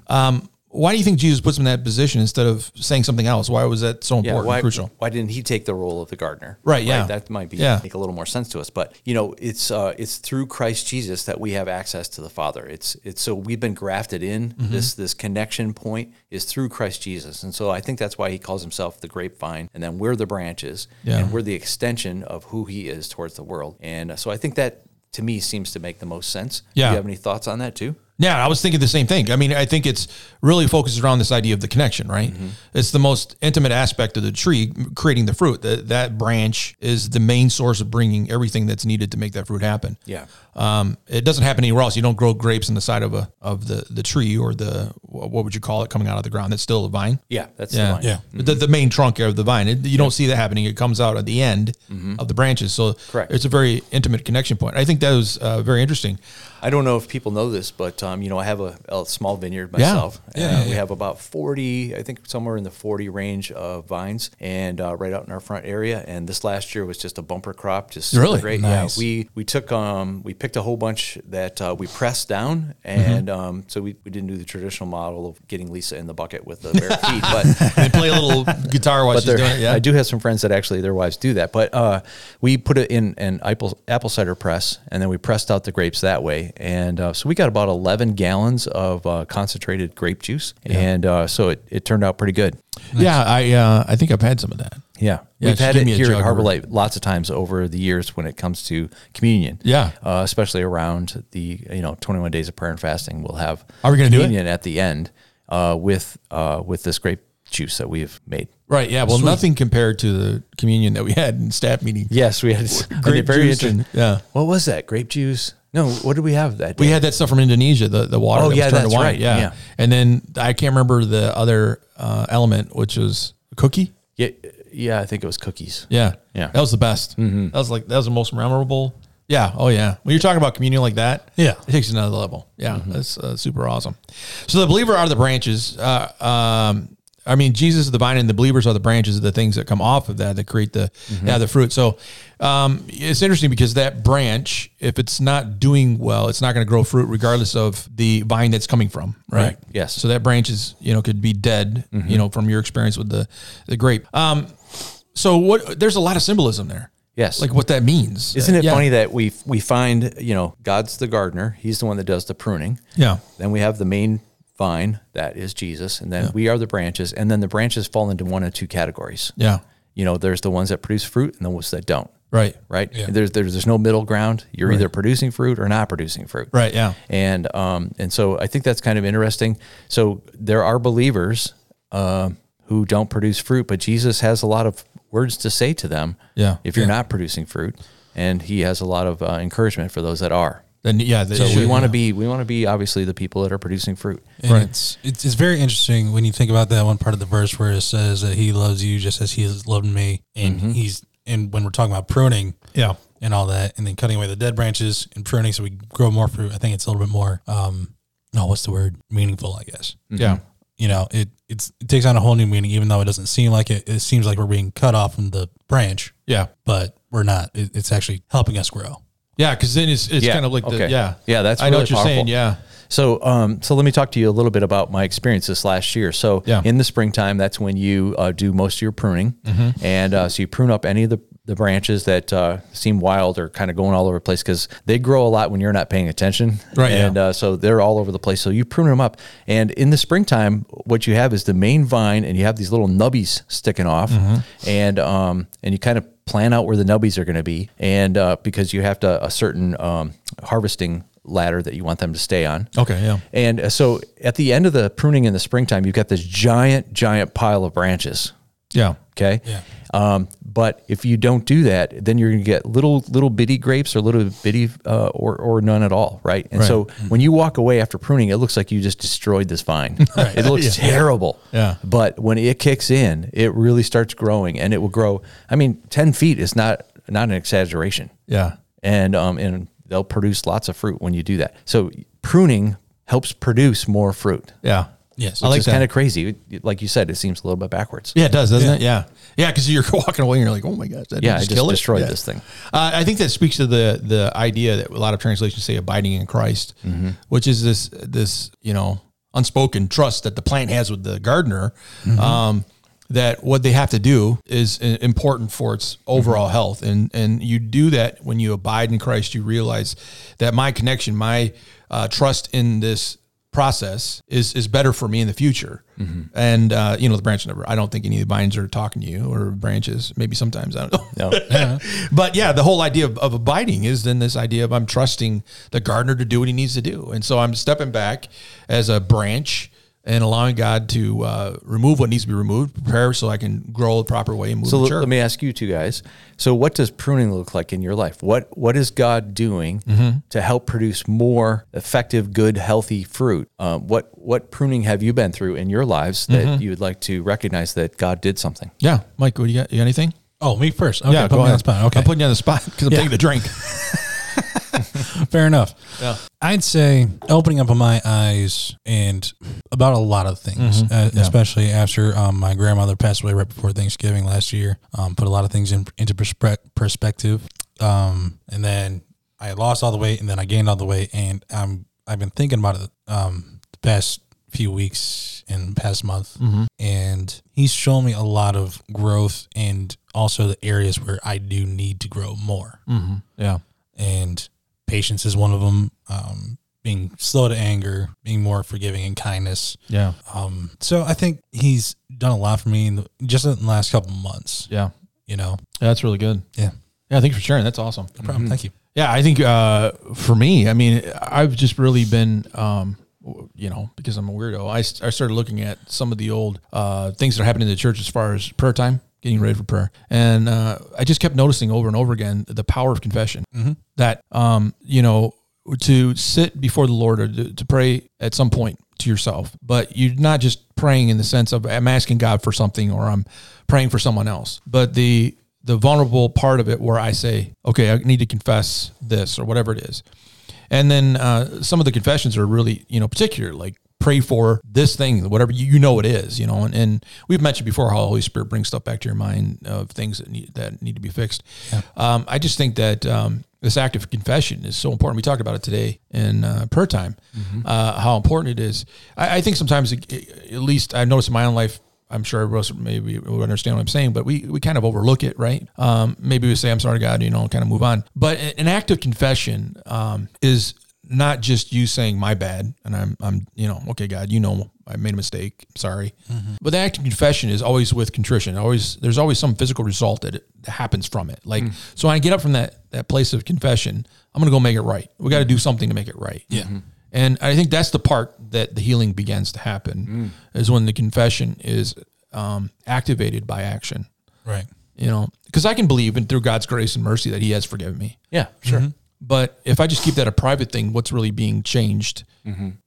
Speaker 1: Um, why do you think Jesus puts him in that position instead of saying something else? Why was that so important, and
Speaker 4: why,
Speaker 1: crucial?
Speaker 4: Why didn't he take the role of the gardener?
Speaker 1: Right, yeah.
Speaker 4: That might be
Speaker 1: Yeah.
Speaker 4: make a little more sense to us. But you know, it's uh, it's through Christ Jesus that we have access to the Father. It's it's so we've been grafted in.
Speaker 1: Mm-hmm.
Speaker 4: This this connection point is through Christ Jesus, and so I think that's why he calls himself the grapevine, and then we're the branches,
Speaker 1: Yeah.
Speaker 4: and we're the extension of who he is towards the world. And uh, so I think that to me seems to make the most sense.
Speaker 1: Yeah.
Speaker 4: Do you have any thoughts on that too?
Speaker 1: Yeah, I was thinking the same thing. I mean, I think it's really focused around this idea of the connection, right?
Speaker 4: Mm-hmm.
Speaker 1: It's the most intimate aspect of the tree, m- creating the fruit. That that branch is the main source of bringing everything that's needed to make that fruit happen.
Speaker 4: Yeah.
Speaker 1: um, it doesn't happen anywhere else. You don't grow grapes on the side of a of the the tree or the wh- what would you call it coming out of the ground? That's still a vine.
Speaker 4: Yeah, that's
Speaker 1: Yeah,
Speaker 4: the Mm-hmm. line.
Speaker 6: Yeah.
Speaker 1: The, the main trunk of the vine. It, you don't see that happening. It comes out at the end of the branches. So
Speaker 4: Mm-hmm. Correct.
Speaker 1: it's a very intimate connection point. I think that was uh, very interesting.
Speaker 4: I don't know if people know this, but um, you know, I have a, a small vineyard myself.
Speaker 6: Yeah,
Speaker 4: Uh,
Speaker 6: yeah,
Speaker 4: we
Speaker 6: yeah.
Speaker 4: have about forty, I think, somewhere in the forty range of vines, and uh, right out in our front area. And this last year was just a bumper crop, just super
Speaker 1: Really?
Speaker 4: great.
Speaker 1: Nice.
Speaker 4: Yeah, we we took um we picked a whole bunch that uh, we pressed down,
Speaker 6: Mm-hmm.
Speaker 4: and um, so we, we didn't do the traditional model of getting Lisa in the bucket with the bare feet, but
Speaker 1: They play a little guitar while she's
Speaker 4: there-
Speaker 1: doing it. Yeah.
Speaker 4: I do have some friends that actually their wives do that. But uh, we put it in an apple, apple cider press, and then we pressed out the grapes that way. And uh, so we got about 11 gallons of uh, concentrated grape juice, and uh, so it, it turned out pretty good.
Speaker 1: Yeah. I uh, I think I've had some of that.
Speaker 4: Yeah,
Speaker 1: Yeah,
Speaker 4: we've
Speaker 1: she
Speaker 4: had
Speaker 1: gave
Speaker 4: it
Speaker 1: me a
Speaker 4: here
Speaker 1: jug
Speaker 4: at
Speaker 1: of
Speaker 4: Harbor
Speaker 1: her.
Speaker 4: Light lots of times over the years when it comes to communion.
Speaker 1: Yeah.
Speaker 4: uh, especially around the you know 21 days of prayer and fasting, we'll have
Speaker 1: Are we gonna do it?
Speaker 4: communion at the end uh, with uh, with this grape juice that we've made.
Speaker 1: Right. Yeah. Well, nothing compared to the communion that we had in staff meeting.
Speaker 4: Yes, we had
Speaker 1: Grape
Speaker 4: very
Speaker 1: juice and-
Speaker 4: interesting.
Speaker 1: yeah.
Speaker 4: What was that? Grape juice? No, what did we have that day?
Speaker 1: We had that stuff from Indonesia, the, the water.
Speaker 4: Oh,
Speaker 1: that
Speaker 4: yeah,
Speaker 1: was turned
Speaker 4: that's
Speaker 1: to wine.
Speaker 4: right,
Speaker 1: Yeah.
Speaker 4: yeah.
Speaker 1: And then I can't remember the other uh, element, which was cookie.
Speaker 4: yeah, yeah, I think it was cookies.
Speaker 1: Yeah.
Speaker 4: Yeah.
Speaker 1: That was the best. That was like, that was the most memorable. Yeah. Oh, yeah. When you're talking about communion like that,
Speaker 6: Yeah.
Speaker 1: it takes it another level. Yeah. That's uh, super awesome. So the believer are the branches. Uh, um, I mean, Jesus is the vine, and the believers are the branches of the things that come off of that that create the yeah, the fruit. So um, it's interesting because that branch, if it's not doing well, it's not going to grow fruit regardless of the vine that's coming from, right?
Speaker 4: Right. Yes.
Speaker 1: So that branch is you know could be dead, you know, from your experience with the the grape. Um, so what? There's a lot of symbolism there.
Speaker 4: Yes.
Speaker 1: Like what that means.
Speaker 4: Isn't it
Speaker 1: Yeah.
Speaker 4: funny that we we find you know God's the gardener; He's the one that does the pruning.
Speaker 1: Yeah.
Speaker 4: Then we have the main vine that is Jesus, and then we are the branches, and then the branches fall into one of two categories.
Speaker 1: Yeah.
Speaker 4: You know, there's the ones that produce fruit, and the ones that don't.
Speaker 1: Right.
Speaker 4: Right. There's, there's there's no middle ground. You're either producing fruit or not producing fruit.
Speaker 1: Right, yeah.
Speaker 4: And um and so I think that's kind of interesting. So there are believers um who don't produce fruit, but Jesus has a lot of words to say to them.
Speaker 1: Yeah,
Speaker 4: If you're
Speaker 1: yeah.
Speaker 4: not producing fruit, and he has a lot of uh, encouragement for those that are.
Speaker 1: Then yeah. They
Speaker 4: So we
Speaker 1: should,
Speaker 4: want to
Speaker 1: yeah.
Speaker 4: be we want to be obviously the people that are producing fruit.
Speaker 6: And
Speaker 1: Right.
Speaker 6: It's, it's it's very interesting when you think about that one part of the verse where it says that he loves you just as he has loved me, and
Speaker 1: Mm-hmm.
Speaker 6: he's and when we're talking about pruning,
Speaker 1: Yeah.
Speaker 6: and all that, and then cutting away the dead branches and pruning so we grow more fruit. I think it's a little bit more. um No, what's the word? Meaningful, I guess.
Speaker 1: Yeah.
Speaker 4: Mm-hmm.
Speaker 6: You know, it it's, it takes on a whole new meaning, even though it doesn't seem like it. It seems like we're being cut off from the branch,
Speaker 1: Yeah.
Speaker 6: but we're not. It, it's actually helping us grow.
Speaker 1: Yeah. Because then it's it's
Speaker 4: Yeah,
Speaker 1: kind of like the
Speaker 4: okay.
Speaker 1: yeah
Speaker 4: Yeah, that's
Speaker 1: I know
Speaker 4: really
Speaker 1: what you're saying.
Speaker 4: powerful.
Speaker 1: Yeah.
Speaker 4: So, um, so let me talk to you a little bit about my experience this last year. So,
Speaker 1: Yeah.
Speaker 4: in the springtime, that's when you uh, do most of your pruning,
Speaker 1: Mm-hmm.
Speaker 4: and uh, so you prune up any of the, the branches that uh, seem wild or kind of going all over the place because they grow a lot when you're not paying attention,
Speaker 1: Right, yeah.
Speaker 4: And uh, so they're all over the place. So you prune them up, and in the springtime, what you have is the main vine, and you have these little nubbies sticking off,
Speaker 1: Mm-hmm.
Speaker 4: and um, and you kind of plan out where the nubbies are going to be, and uh, because you have to a certain um, harvesting ladder that you want them to stay on.
Speaker 1: Okay. Yeah.
Speaker 4: And uh, so at the end of the pruning in the springtime, you've got this giant, giant pile of branches.
Speaker 1: Yeah.
Speaker 4: Okay.
Speaker 6: Yeah.
Speaker 4: Um, but if you don't do that, then you're going to get little, little bitty grapes or little bitty, uh, or, or none at all. Right. And so when you walk away after pruning, it looks like you just destroyed this vine. It looks terrible.
Speaker 1: Yeah.
Speaker 4: But when it kicks in, it really starts growing and it will grow. I mean, 10 feet is not, not an exaggeration
Speaker 1: Yeah.
Speaker 4: and um, and they'll produce lots of fruit when you do that. So pruning helps produce more fruit.
Speaker 1: Yeah.
Speaker 6: Yes.
Speaker 1: I like
Speaker 4: It's kind
Speaker 1: that.
Speaker 4: of crazy. Like you said, it seems a little bit backwards.
Speaker 1: Yeah, it does, doesn't it? Yeah, yeah, because you're walking away and you're like, oh my gosh, that
Speaker 4: Yeah, I
Speaker 1: just
Speaker 4: just
Speaker 1: kill it?
Speaker 4: destroyed
Speaker 1: Yeah.
Speaker 4: this thing.
Speaker 1: Uh, I think that speaks to the the idea that a lot of translations say abiding in Christ,
Speaker 4: Mm-hmm.
Speaker 1: which is this this you know unspoken trust that the plant has with the gardener.
Speaker 4: Mm-hmm.
Speaker 1: Um, that what they have to do is i- important for its overall health, and and you do that when you abide in Christ. You realize that my connection, my uh, trust in this process is is better for me in the future. And uh, you know, the branch never. I don't think any of the vines are talking to you or branches. Maybe sometimes I don't know.
Speaker 4: No.
Speaker 1: But yeah, the whole idea of, of abiding is then this idea of I'm trusting the gardener to do what he needs to do. And so I'm stepping back as a branch and allowing God to uh, remove what needs to be removed, prepare so I can grow the proper way and move
Speaker 4: So
Speaker 1: the
Speaker 4: l-
Speaker 1: church.
Speaker 4: let me ask you two guys. So what does pruning look like in your life? What what is God doing
Speaker 1: Mm-hmm.
Speaker 4: to help produce more effective, good, healthy fruit? Um, what what pruning have you been through in your lives that
Speaker 1: Mm-hmm.
Speaker 4: you would like to recognize that God did something?
Speaker 1: yeah, Mike, what do you got? You got anything?
Speaker 6: Oh, me first. Okay,
Speaker 1: yeah,
Speaker 6: put me on the spot. Okay.
Speaker 1: I'm putting you on the spot because I'm taking the drink.
Speaker 6: Fair enough. I'd say opening up of my eyes and about a lot of things, uh, especially after um, my grandmother passed away right before Thanksgiving last year, um, put a lot of things in, into perspe- perspective. Um, and then I lost all the weight and then I gained all the weight. And I'm, I've been thinking about it um, the past few weeks and past month and he's shown me a lot of growth and also the areas where i do need to grow more
Speaker 1: Yeah.
Speaker 6: and patience is one of them um, being slow to anger being more forgiving and kindness
Speaker 1: Yeah.
Speaker 6: um, so i think he's done a lot for me in the, just in the last couple months
Speaker 1: Yeah.
Speaker 6: you know
Speaker 1: That's really good.
Speaker 6: yeah
Speaker 1: Yeah. Thanks for sharing. That's awesome.
Speaker 6: no problem thank you
Speaker 1: Yeah, I think uh, for me, I mean, I've just really been, um, w- you know, because I'm a weirdo, I, s- I started looking at some of the old uh, things that are happening in the church as far as prayer time, getting ready for prayer. And uh, I just kept noticing over and over again the power of confession that, um, you know, to sit before the Lord or to, to pray at some point to yourself, but you're not just praying in the sense of I'm asking God for something or I'm praying for someone else, but the the vulnerable part of it where I say, okay, I need to confess this or whatever it is. And then uh, some of the confessions are really, you know, particular, like pray for this thing, whatever you, you know it is, you know. And, and we've mentioned before how the Holy Spirit brings stuff back to your mind of things that need, that need to be fixed. Um, I just think that um, this act of confession is so important. We talked about it today in uh, prayer time, uh, how important it is. I, I think sometimes, it, it- at least I noticed in my own life, I'm sure everyone else maybe would understand what I'm saying, but we, we kind of overlook it, right? Um, maybe we say, I'm sorry, God, you know, and kind of move on. But a- an act of confession um, is not just you saying my bad and I'm, I'm, you know, okay, God, you know, I made a mistake. Sorry. But the act of confession is always with contrition. Always, there's always some physical result that it- that happens from it. Like, so when I get up from that, that place of confession, I'm going to go make it right. We got to do something to make it right. Yeah. And I think that's the part that the healing begins to happen is when the confession is um, activated by action.
Speaker 6: right
Speaker 1: You know, because I can believe and through God's grace and mercy that He has forgiven me. Mm-hmm.
Speaker 4: Yeah, sure.
Speaker 1: But if I just keep that a private thing, what's really being changed?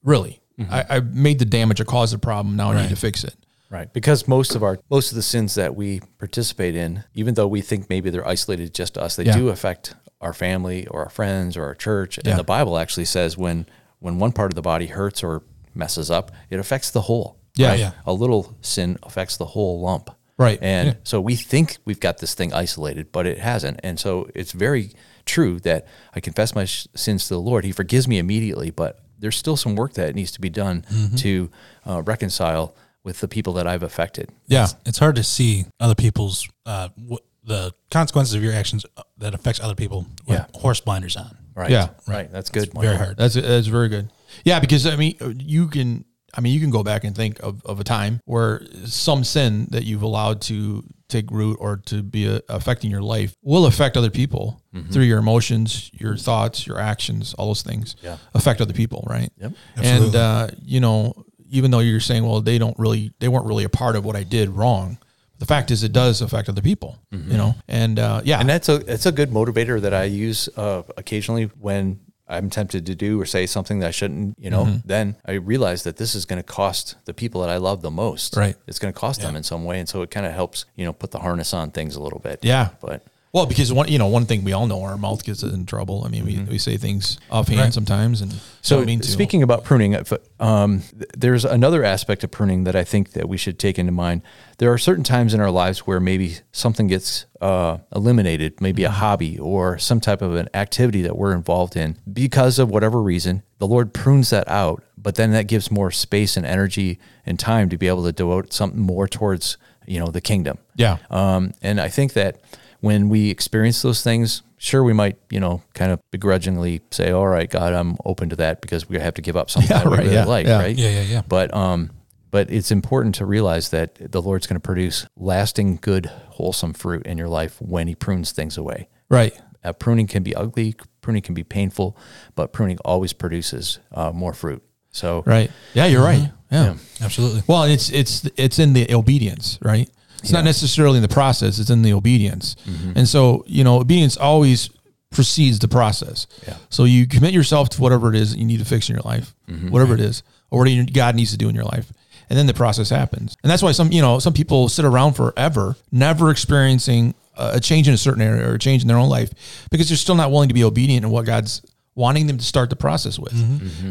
Speaker 1: Really, I, I made the damage or caused the problem. Now I need to fix it.
Speaker 4: Right. Because most of our most of the sins that we participate in, even though we think maybe they're isolated just to us, they
Speaker 1: Yeah.
Speaker 4: do affect our family or our friends or our church. And
Speaker 1: Yeah.
Speaker 4: the Bible actually says when when one part of the body hurts or messes up, it affects the whole.
Speaker 1: Yeah, yeah.
Speaker 4: A little sin affects the whole lump.
Speaker 1: Right.
Speaker 4: And
Speaker 1: Yeah.
Speaker 4: so we think we've got this thing isolated, but it hasn't. And so it's very true that I confess my sh- sins to the Lord. He forgives me immediately, but there's still some work that needs to be done to uh, reconcile with the people that I've affected.
Speaker 1: Yeah,
Speaker 6: it's hard to see other people's uh, wh- the consequences of your actions uh, that affects other people with
Speaker 4: Yeah.
Speaker 6: horse blinders on
Speaker 4: Right.
Speaker 1: Yeah.
Speaker 4: Right. That's good.
Speaker 6: very hard
Speaker 1: that's that's very good. Yeah, because I mean, you can. I mean, you can go back and think of, of a time where some sin that you've allowed to take root or to be uh affecting your life will affect other people through your emotions, your thoughts, your actions, all those things
Speaker 4: Yeah.
Speaker 1: affect other people, right? Yep. And
Speaker 6: Absolutely.
Speaker 1: uh, you know, even though you're saying, well, they don't really, they weren't really a part of what I did wrong. The fact is, it does affect other people, you know. And uh, yeah,
Speaker 4: And that's a that's a good motivator that I use uh, occasionally when I'm tempted to do or say something that I shouldn't. You know,
Speaker 1: Mm-hmm.
Speaker 4: then I realize that this is going to cost the people that I love the most.
Speaker 1: Right.
Speaker 4: It's going to cost them in some way, and so it kind of helps you know put the harness on things a little bit.
Speaker 1: Yeah.
Speaker 4: But
Speaker 1: Well, because one, you know, one thing we all know, our mouth gets in trouble. I mean, we, we say things offhand sometimes, and
Speaker 4: Mm-hmm. So
Speaker 1: don't mean to.
Speaker 4: speaking about pruning, if, um, th- there's another aspect of pruning that I think that we should take into mind. There are certain times in our lives where maybe something gets uh, eliminated, maybe
Speaker 1: Mm-hmm.
Speaker 4: a hobby or some type of an activity that we're involved in because of whatever reason. The Lord prunes that out, but then that gives more space and energy and time to be able to devote something more towards you know the kingdom.
Speaker 1: yeah,
Speaker 4: Um, and I think that when we experience those things, sure, we might, you know, kind of begrudgingly say, all right, God, I'm open to that because we have to give up something that we
Speaker 1: right,
Speaker 4: really
Speaker 1: yeah,
Speaker 4: like,
Speaker 1: yeah.
Speaker 4: right?
Speaker 6: Yeah, yeah, yeah.
Speaker 4: But, um, but it's important to realize that the Lord's going to produce lasting, good, wholesome fruit in your life when He prunes things away.
Speaker 1: right.
Speaker 4: Uh, pruning can be ugly, pruning can be painful, but pruning always produces uh, more fruit. So,
Speaker 1: Right. Yeah, you're
Speaker 4: Mm-hmm.
Speaker 1: right. Yeah.
Speaker 6: absolutely
Speaker 1: Well, it's it's it's in the obedience, right? It's not necessarily in the process; it's in the obedience. And so, you know, obedience always precedes the process.
Speaker 4: Yeah.
Speaker 1: So you commit yourself to whatever it is that you need to fix in your life, whatever it is, or what you- God needs to do in your life, and then the process happens. And that's why some you know some people sit around forever, never experiencing a a change in a certain area or a change in their own life because they're still not willing to be obedient in what God's wanting them to start the process with.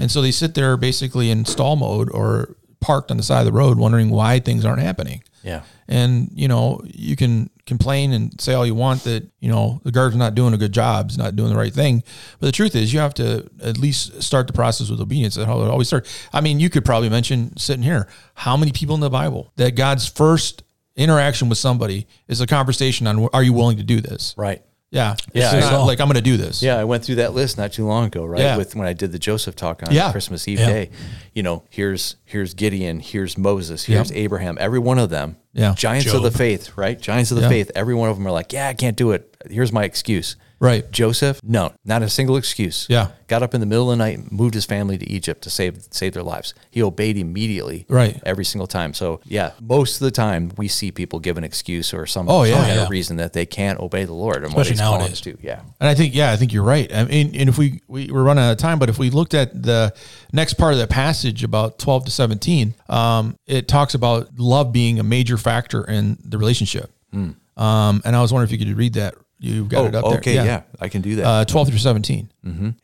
Speaker 1: And so they sit there basically in stall mode or parked on the side of the road wondering why things aren't happening.
Speaker 4: Yeah.
Speaker 1: And you know, you can complain and say all you want that, you know, the guard's not doing a good job, it's not doing the right thing. But the truth is you have to at least start the process with obedience. That's how it always starts. I mean, you could probably mention sitting here, how many people in the Bible that God's first interaction with somebody is a conversation on are you willing to do this?
Speaker 4: Right.
Speaker 1: Yeah.
Speaker 4: Yeah,
Speaker 1: It's
Speaker 4: I
Speaker 1: not like I'm gonna do this.
Speaker 4: Yeah, I went through that list not too long ago, right?
Speaker 1: Yeah.
Speaker 4: With when I did the Joseph talk on
Speaker 1: Yeah.
Speaker 4: Christmas Eve
Speaker 6: Yeah.
Speaker 4: day. You know, here's here's Gideon, here's Moses, here's Abraham. Every one of them,
Speaker 1: Yeah.
Speaker 4: giants of the faith, right? Giants of the faith. Every one of them are like, yeah, I can't do it. Here's my excuse.
Speaker 1: Right.
Speaker 4: Joseph, no, not a single excuse.
Speaker 1: Yeah.
Speaker 4: Got up in the middle of the night, moved his family to Egypt to save save their lives. He obeyed immediately.
Speaker 1: Right.
Speaker 4: Every single time. So yeah, most of the time we see people give an excuse or some,
Speaker 1: Oh,
Speaker 4: some
Speaker 1: yeah.
Speaker 4: kind of
Speaker 6: Yeah.
Speaker 4: reason that they can't obey the Lord and what
Speaker 6: Especially
Speaker 4: he's calling
Speaker 6: nowadays.
Speaker 4: us to. Yeah.
Speaker 1: And I think, yeah, I think you're right. I mean, and if we, we we're running out of time, but if we looked at the next part of the passage about 12 to 17, um, it talks about love being a major factor in the relationship.
Speaker 4: Hmm.
Speaker 1: Um, and I was wondering if you could read that. You've got it up there.
Speaker 4: Oh, okay, yeah. I can do that.
Speaker 1: Uh, 12 through 17.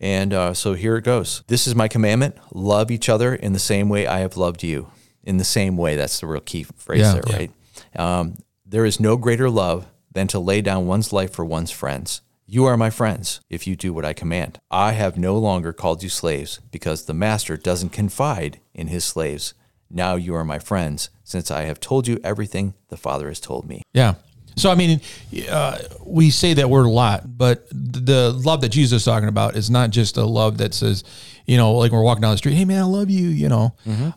Speaker 4: and uh, so here it goes. This is my commandment: love each other in the same way I have loved you. In the same way, that's the real key phrase
Speaker 1: Yeah.
Speaker 4: there,
Speaker 1: Yeah.
Speaker 4: right? Um, there is no greater love than to lay down one's life for one's friends. You are my friends if you do what I command. I have no longer called you slaves because the master doesn't confide in his slaves. Now you are my friends since I have told you everything the Father has told me.
Speaker 1: Yeah. So I mean, uh, we say that word a lot, but the love that Jesus is talking about is not just a love that says, you know, like we're walking down the street, hey man, I love you. You know,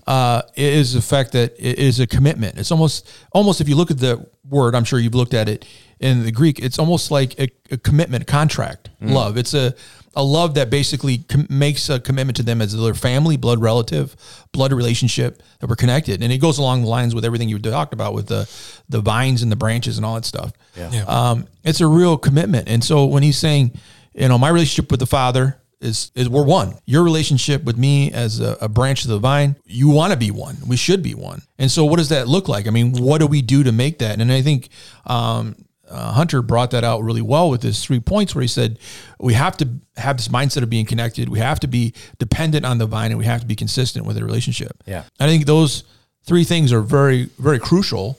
Speaker 1: uh, it is the fact that it is a commitment. It's almost, almost if you look at the word, I'm sure you've looked at it in the Greek. It's almost like a, a commitment, a contract, love. It's a a love that basically com- makes a commitment to them as their family, blood relative, blood relationship that we're connected, and it goes along the lines with everything you talked about with the the vines and the branches and all that stuff.
Speaker 6: Yeah.
Speaker 1: Um, it's a real commitment, and so when he's saying, you know, my relationship with the Father is is we're one. Your relationship with me as a, a branch of the vine, you want to be one. We should be one. And so, what does that look like? I mean, what do we do to make that? And I think. Um, uh, Hunter brought that out really well with his three points, where he said, We have to have this mindset of being connected. We have to be dependent on the vine and we have to be consistent with the relationship.
Speaker 4: Yeah.
Speaker 1: I think those three things are very, very crucial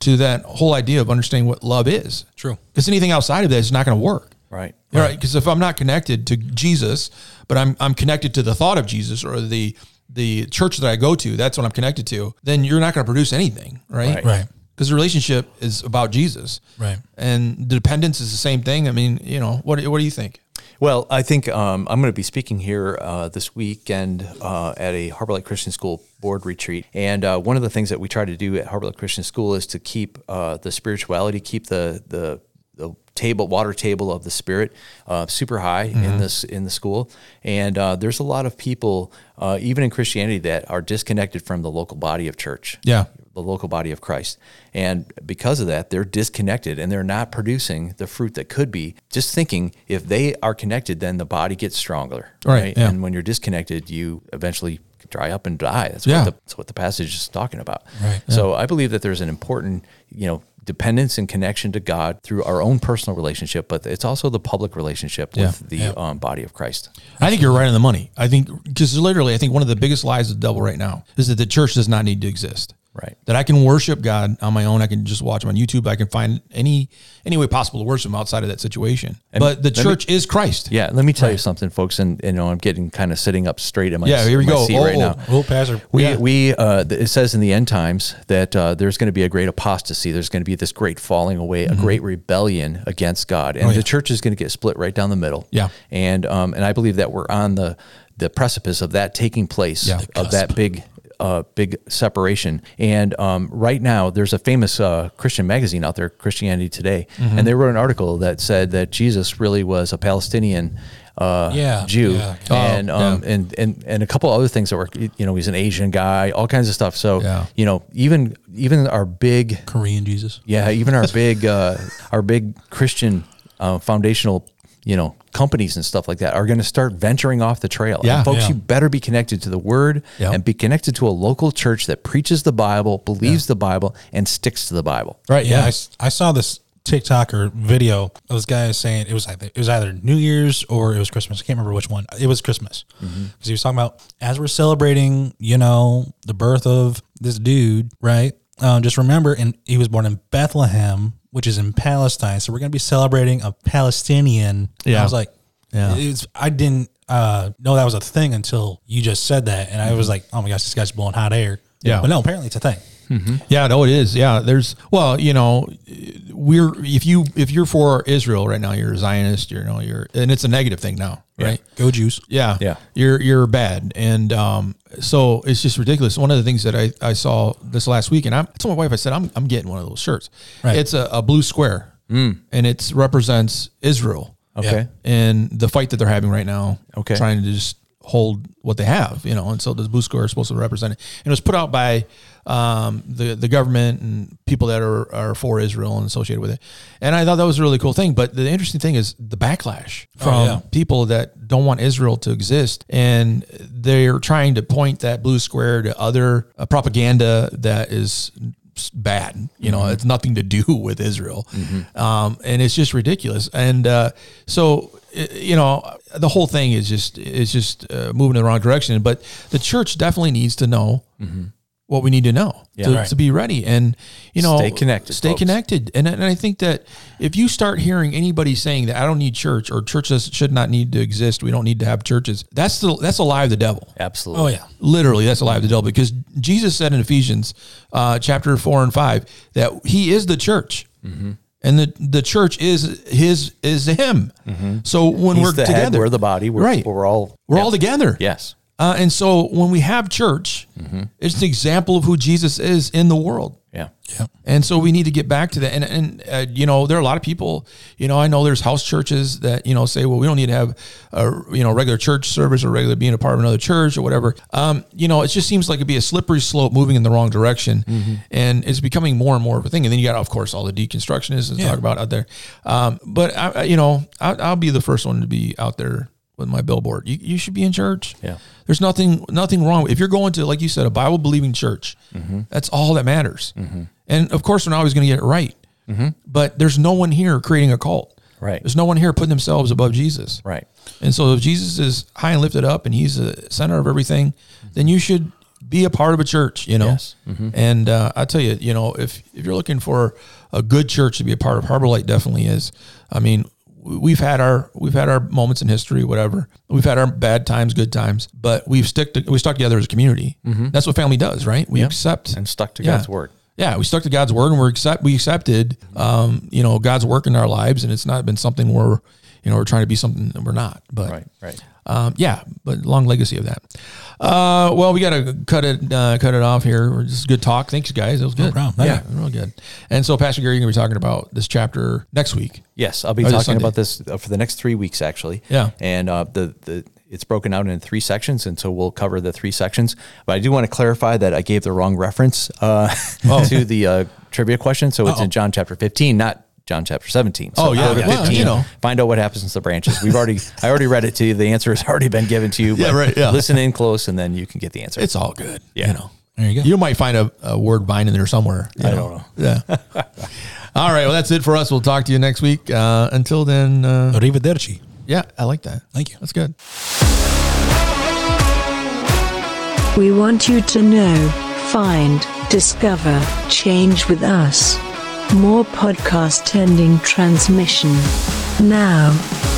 Speaker 1: to that whole idea of understanding what love is.
Speaker 6: True.
Speaker 1: Because anything outside of that is not going to work.
Speaker 4: Right.
Speaker 1: All right. Because if I'm not connected to Jesus, but I'm, I'm connected to the thought of Jesus or the, the church that I go to, that's what I'm connected to, then you're not going to produce anything. Right.
Speaker 6: Right.
Speaker 1: Because the relationship is about Jesus.
Speaker 6: Right.
Speaker 1: And dependence is the same thing. I mean, you know, what, what do you think?
Speaker 4: Well, I think um, I'm going to be speaking here uh, this weekend uh, at a Harbor Light Christian School board retreat. And uh, one of the things that we try to do at Harbor Light Christian School is to keep uh, the spirituality, keep the, the, the table, water table of the spirit uh, super high in this in the school. And uh, there's a lot of people, uh, even in Christianity, that are disconnected from the local body of church
Speaker 1: Yeah.
Speaker 4: the local body of Christ. And because of that, they're disconnected and they're not producing the fruit that could be. Just thinking if they are connected, then the body gets stronger.
Speaker 1: Right, yeah.
Speaker 4: And when you're disconnected, you eventually dry up and die. That's
Speaker 1: Yeah.
Speaker 4: what the, that's what the passage is talking about.
Speaker 6: Right,
Speaker 4: So I believe that there's an important, you know, dependence and connection to God through our own personal relationship, but it's also the public relationship with the Um, body of Christ.
Speaker 1: I think you're right on the money. I think because literally, I think one of the biggest lies of the devil right now is that the church does not need to exist.
Speaker 4: Right.
Speaker 1: That I can worship God on my own. I can just watch him on YouTube. I can find any any way possible to worship him outside of that situation. but the
Speaker 4: let me-
Speaker 1: church is Christ.
Speaker 4: Yeah, let me tell you something, folks. And you know, I'm getting kind of sitting up straight in my
Speaker 1: Yeah, here we
Speaker 4: my
Speaker 1: go.
Speaker 4: seat
Speaker 1: Oh,
Speaker 4: right
Speaker 1: oh,
Speaker 4: now.
Speaker 6: Oh, pastor.
Speaker 4: We,
Speaker 6: yeah.
Speaker 4: we uh, th- it says in the end times that uh, there's going to be a great apostasy. There's going to be this great falling away,
Speaker 6: Mm-hmm.
Speaker 4: a great rebellion against God,
Speaker 6: Oh,
Speaker 4: and the church is going to get split right down the middle.
Speaker 1: Yeah.
Speaker 4: and um, and I believe that we're on the the precipice of that taking place
Speaker 1: Yeah.
Speaker 4: of that big. Uh, big separation, and um, right now there's a famous uh, Christian magazine out there, Christianity Today,
Speaker 6: Mm-hmm.
Speaker 4: and they wrote an article that said that Jesus really was a Palestinian uh,
Speaker 6: Yeah,
Speaker 4: Jew,
Speaker 6: yeah.
Speaker 1: Oh,
Speaker 4: and
Speaker 1: yeah.
Speaker 4: um, and and and a couple other things that were you know he's an Asian guy, all kinds of stuff. So
Speaker 1: Yeah.
Speaker 4: you know even even our big
Speaker 6: Korean Jesus.
Speaker 4: yeah even our big uh, our big Christian uh, foundational you know companies and stuff like that are going to start venturing off the trail. And
Speaker 1: Yeah.
Speaker 4: folks,
Speaker 6: Yeah.
Speaker 4: you better be connected to the Word
Speaker 1: Yeah.
Speaker 4: and be connected to a local church that preaches the Bible, believes the Bible, and sticks to the Bible.
Speaker 1: Right.
Speaker 6: Yeah, I
Speaker 1: Yeah.
Speaker 6: s- I, saw this TikTok or video of this guy saying it was either it was either New Year's or it was Christmas. I can't remember which one. It was Christmas because
Speaker 1: Mm-hmm.
Speaker 6: he was talking about as we're celebrating, you know, the birth of this dude, right? Um, just remember, and he was born in Bethlehem, which is in Palestine. So we're gonna be celebrating a Palestinian.
Speaker 1: Yeah.
Speaker 6: I was like,
Speaker 1: Yeah.
Speaker 6: it's, I didn't uh, know that was a thing until you just said that, and I was like, oh my gosh, this guy's blowing hot air.
Speaker 1: Mm-hmm. Yeah.
Speaker 6: but no, apparently it's a thing.
Speaker 1: Yeah, no, it is. Yeah, there's well, you know, we're if you if you're for Israel right now, you're a Zionist. You know, you're and it's a negative thing now, right?
Speaker 6: Go Jews.
Speaker 1: Yeah,
Speaker 4: Yeah.
Speaker 1: You're you're bad, and um, so it's just ridiculous. One of the things that I, I saw this last week, and I'm, I told my wife, I said, I'm I'm getting one of those shirts.
Speaker 6: Right.
Speaker 1: It's a, a blue square, and it represents Israel.
Speaker 4: Mm. Okay.
Speaker 1: And the fight that they're having right now.
Speaker 4: Okay.
Speaker 1: Trying to just hold what they have, you know, and so the blue square is supposed to represent it. And it was put out by um, the the government and people that are, are for Israel and associated with it. And I thought that was a really cool thing. But the interesting thing is the backlash from
Speaker 6: yeah.
Speaker 1: people that don't want Israel to exist, and they're trying to point that blue square to other uh, propaganda that is s- bad. You
Speaker 4: Mm-hmm.
Speaker 1: know, it's nothing to do with Israel, um, and it's just ridiculous. And uh, so, i- you know, the whole thing is just is just uh, moving in the wrong direction. But the church definitely needs to know. What we need to know to,
Speaker 4: Mm-hmm. right.
Speaker 1: to be ready, and you know,
Speaker 4: Stay connected,
Speaker 1: stay
Speaker 4: folks.
Speaker 1: connected connected. And, and I think that if you start hearing anybody saying that I don't need church or churches should not need to exist, we don't need to have churches, that's the that's a lie of the devil.
Speaker 4: Absolutely.
Speaker 6: Oh yeah.
Speaker 1: Literally, that's a lie of the devil because Jesus said in Ephesians uh, chapter four and five that He is the church,
Speaker 4: Mm-hmm.
Speaker 1: and the the church is His is Him. So when
Speaker 4: Mm-hmm. He's
Speaker 1: we're
Speaker 4: the
Speaker 1: together,
Speaker 4: head, we're the body, we're,
Speaker 1: right?
Speaker 4: we're all
Speaker 1: we're all together.
Speaker 4: Yes.
Speaker 1: Uh, and so when we have church,
Speaker 4: Mm-hmm.
Speaker 1: it's an example of who Jesus is in the world.
Speaker 4: Yeah.
Speaker 1: And so we need to get back to that. And, and uh, you know, there are a lot of people, you know, I know there's house churches that, you know, say, well, we don't need to have a, you know, regular church service or regular being a part of another church or whatever. Um, you know, it just seems like it'd be a slippery slope moving in the wrong direction. And it's becoming more and more of a thing. And then you got, of course, all the deconstructionists and talk about out there. Um, but, I, I- you know, I, I'll be the first one to be out there with my billboard. You, you should be in church.
Speaker 4: Yeah.
Speaker 1: There's nothing nothing wrong. If you're going to, like you said, a Bible believing church, that's all that matters. And of course, we're not always going to get it right. But there's no one here creating a cult.
Speaker 4: Right.
Speaker 1: There's no one here putting themselves above Jesus.
Speaker 4: Right.
Speaker 1: And so if Jesus is high and lifted up and he's the center of everything, then you should be a part of a church, you know?
Speaker 4: Yes. Mm-hmm.
Speaker 1: And uh, I tell you, you know, if, if you're looking for a good church to be a part of, Harbor Light definitely is. I mean, we- we've had our we've had our moments in history, whatever. We've had our bad times, good times, but we've stick to, we stuck together as a community. That's what family does, right? We accept
Speaker 4: Mm-hmm. And stuck to
Speaker 1: Yeah.
Speaker 4: God's word.
Speaker 1: Yeah, we stuck to God's word, and we're accept we accepted, um, you know, God's work in our lives, and it's not been something we're, you know, we're trying to be something that we're not. But
Speaker 4: Right. Right.
Speaker 1: um, yeah, but long legacy of that. Uh, well, we got to cut it uh, cut it off here. We're just good talk. Thanks, guys. It was good.
Speaker 6: problem.
Speaker 1: yeah,
Speaker 6: Thank
Speaker 1: real good. And so, Pastor Gary, you're gonna be talking about this chapter next week.
Speaker 4: Yes, I'll be
Speaker 1: Or this
Speaker 4: talking
Speaker 1: Oh, Sunday.
Speaker 4: about this uh, for the next three weeks, actually.
Speaker 1: Yeah.
Speaker 4: and uh, the the it's broken out in three sections, and so we'll cover the three sections. But I do want to clarify that I gave the wrong reference uh,
Speaker 1: Oh.
Speaker 4: to the uh, trivia question, so it's in John chapter fifteen, not John chapter seventeen. So
Speaker 1: Oh, yeah.
Speaker 4: go to
Speaker 1: Well, you
Speaker 4: fifteen.
Speaker 1: know.
Speaker 4: Find out what happens in the branches. We've already I already read it to you. The answer has already been given to you.
Speaker 1: Yeah,
Speaker 4: but
Speaker 1: right, yeah.
Speaker 4: Listen in close, and then you can get the answer.
Speaker 1: It's all good.
Speaker 4: Yeah.
Speaker 1: you know.
Speaker 6: There you go.
Speaker 1: You might find a, a word vine in there somewhere. I don't know. Yeah. all right. Well, that's it for us. We'll talk to you next week. Uh, until then, uh,
Speaker 6: Arrivederci.
Speaker 1: yeah, I like that.
Speaker 6: Thank you.
Speaker 1: That's good.
Speaker 8: We want you to know, find, discover, change with us. More podcast ending transmission. Now.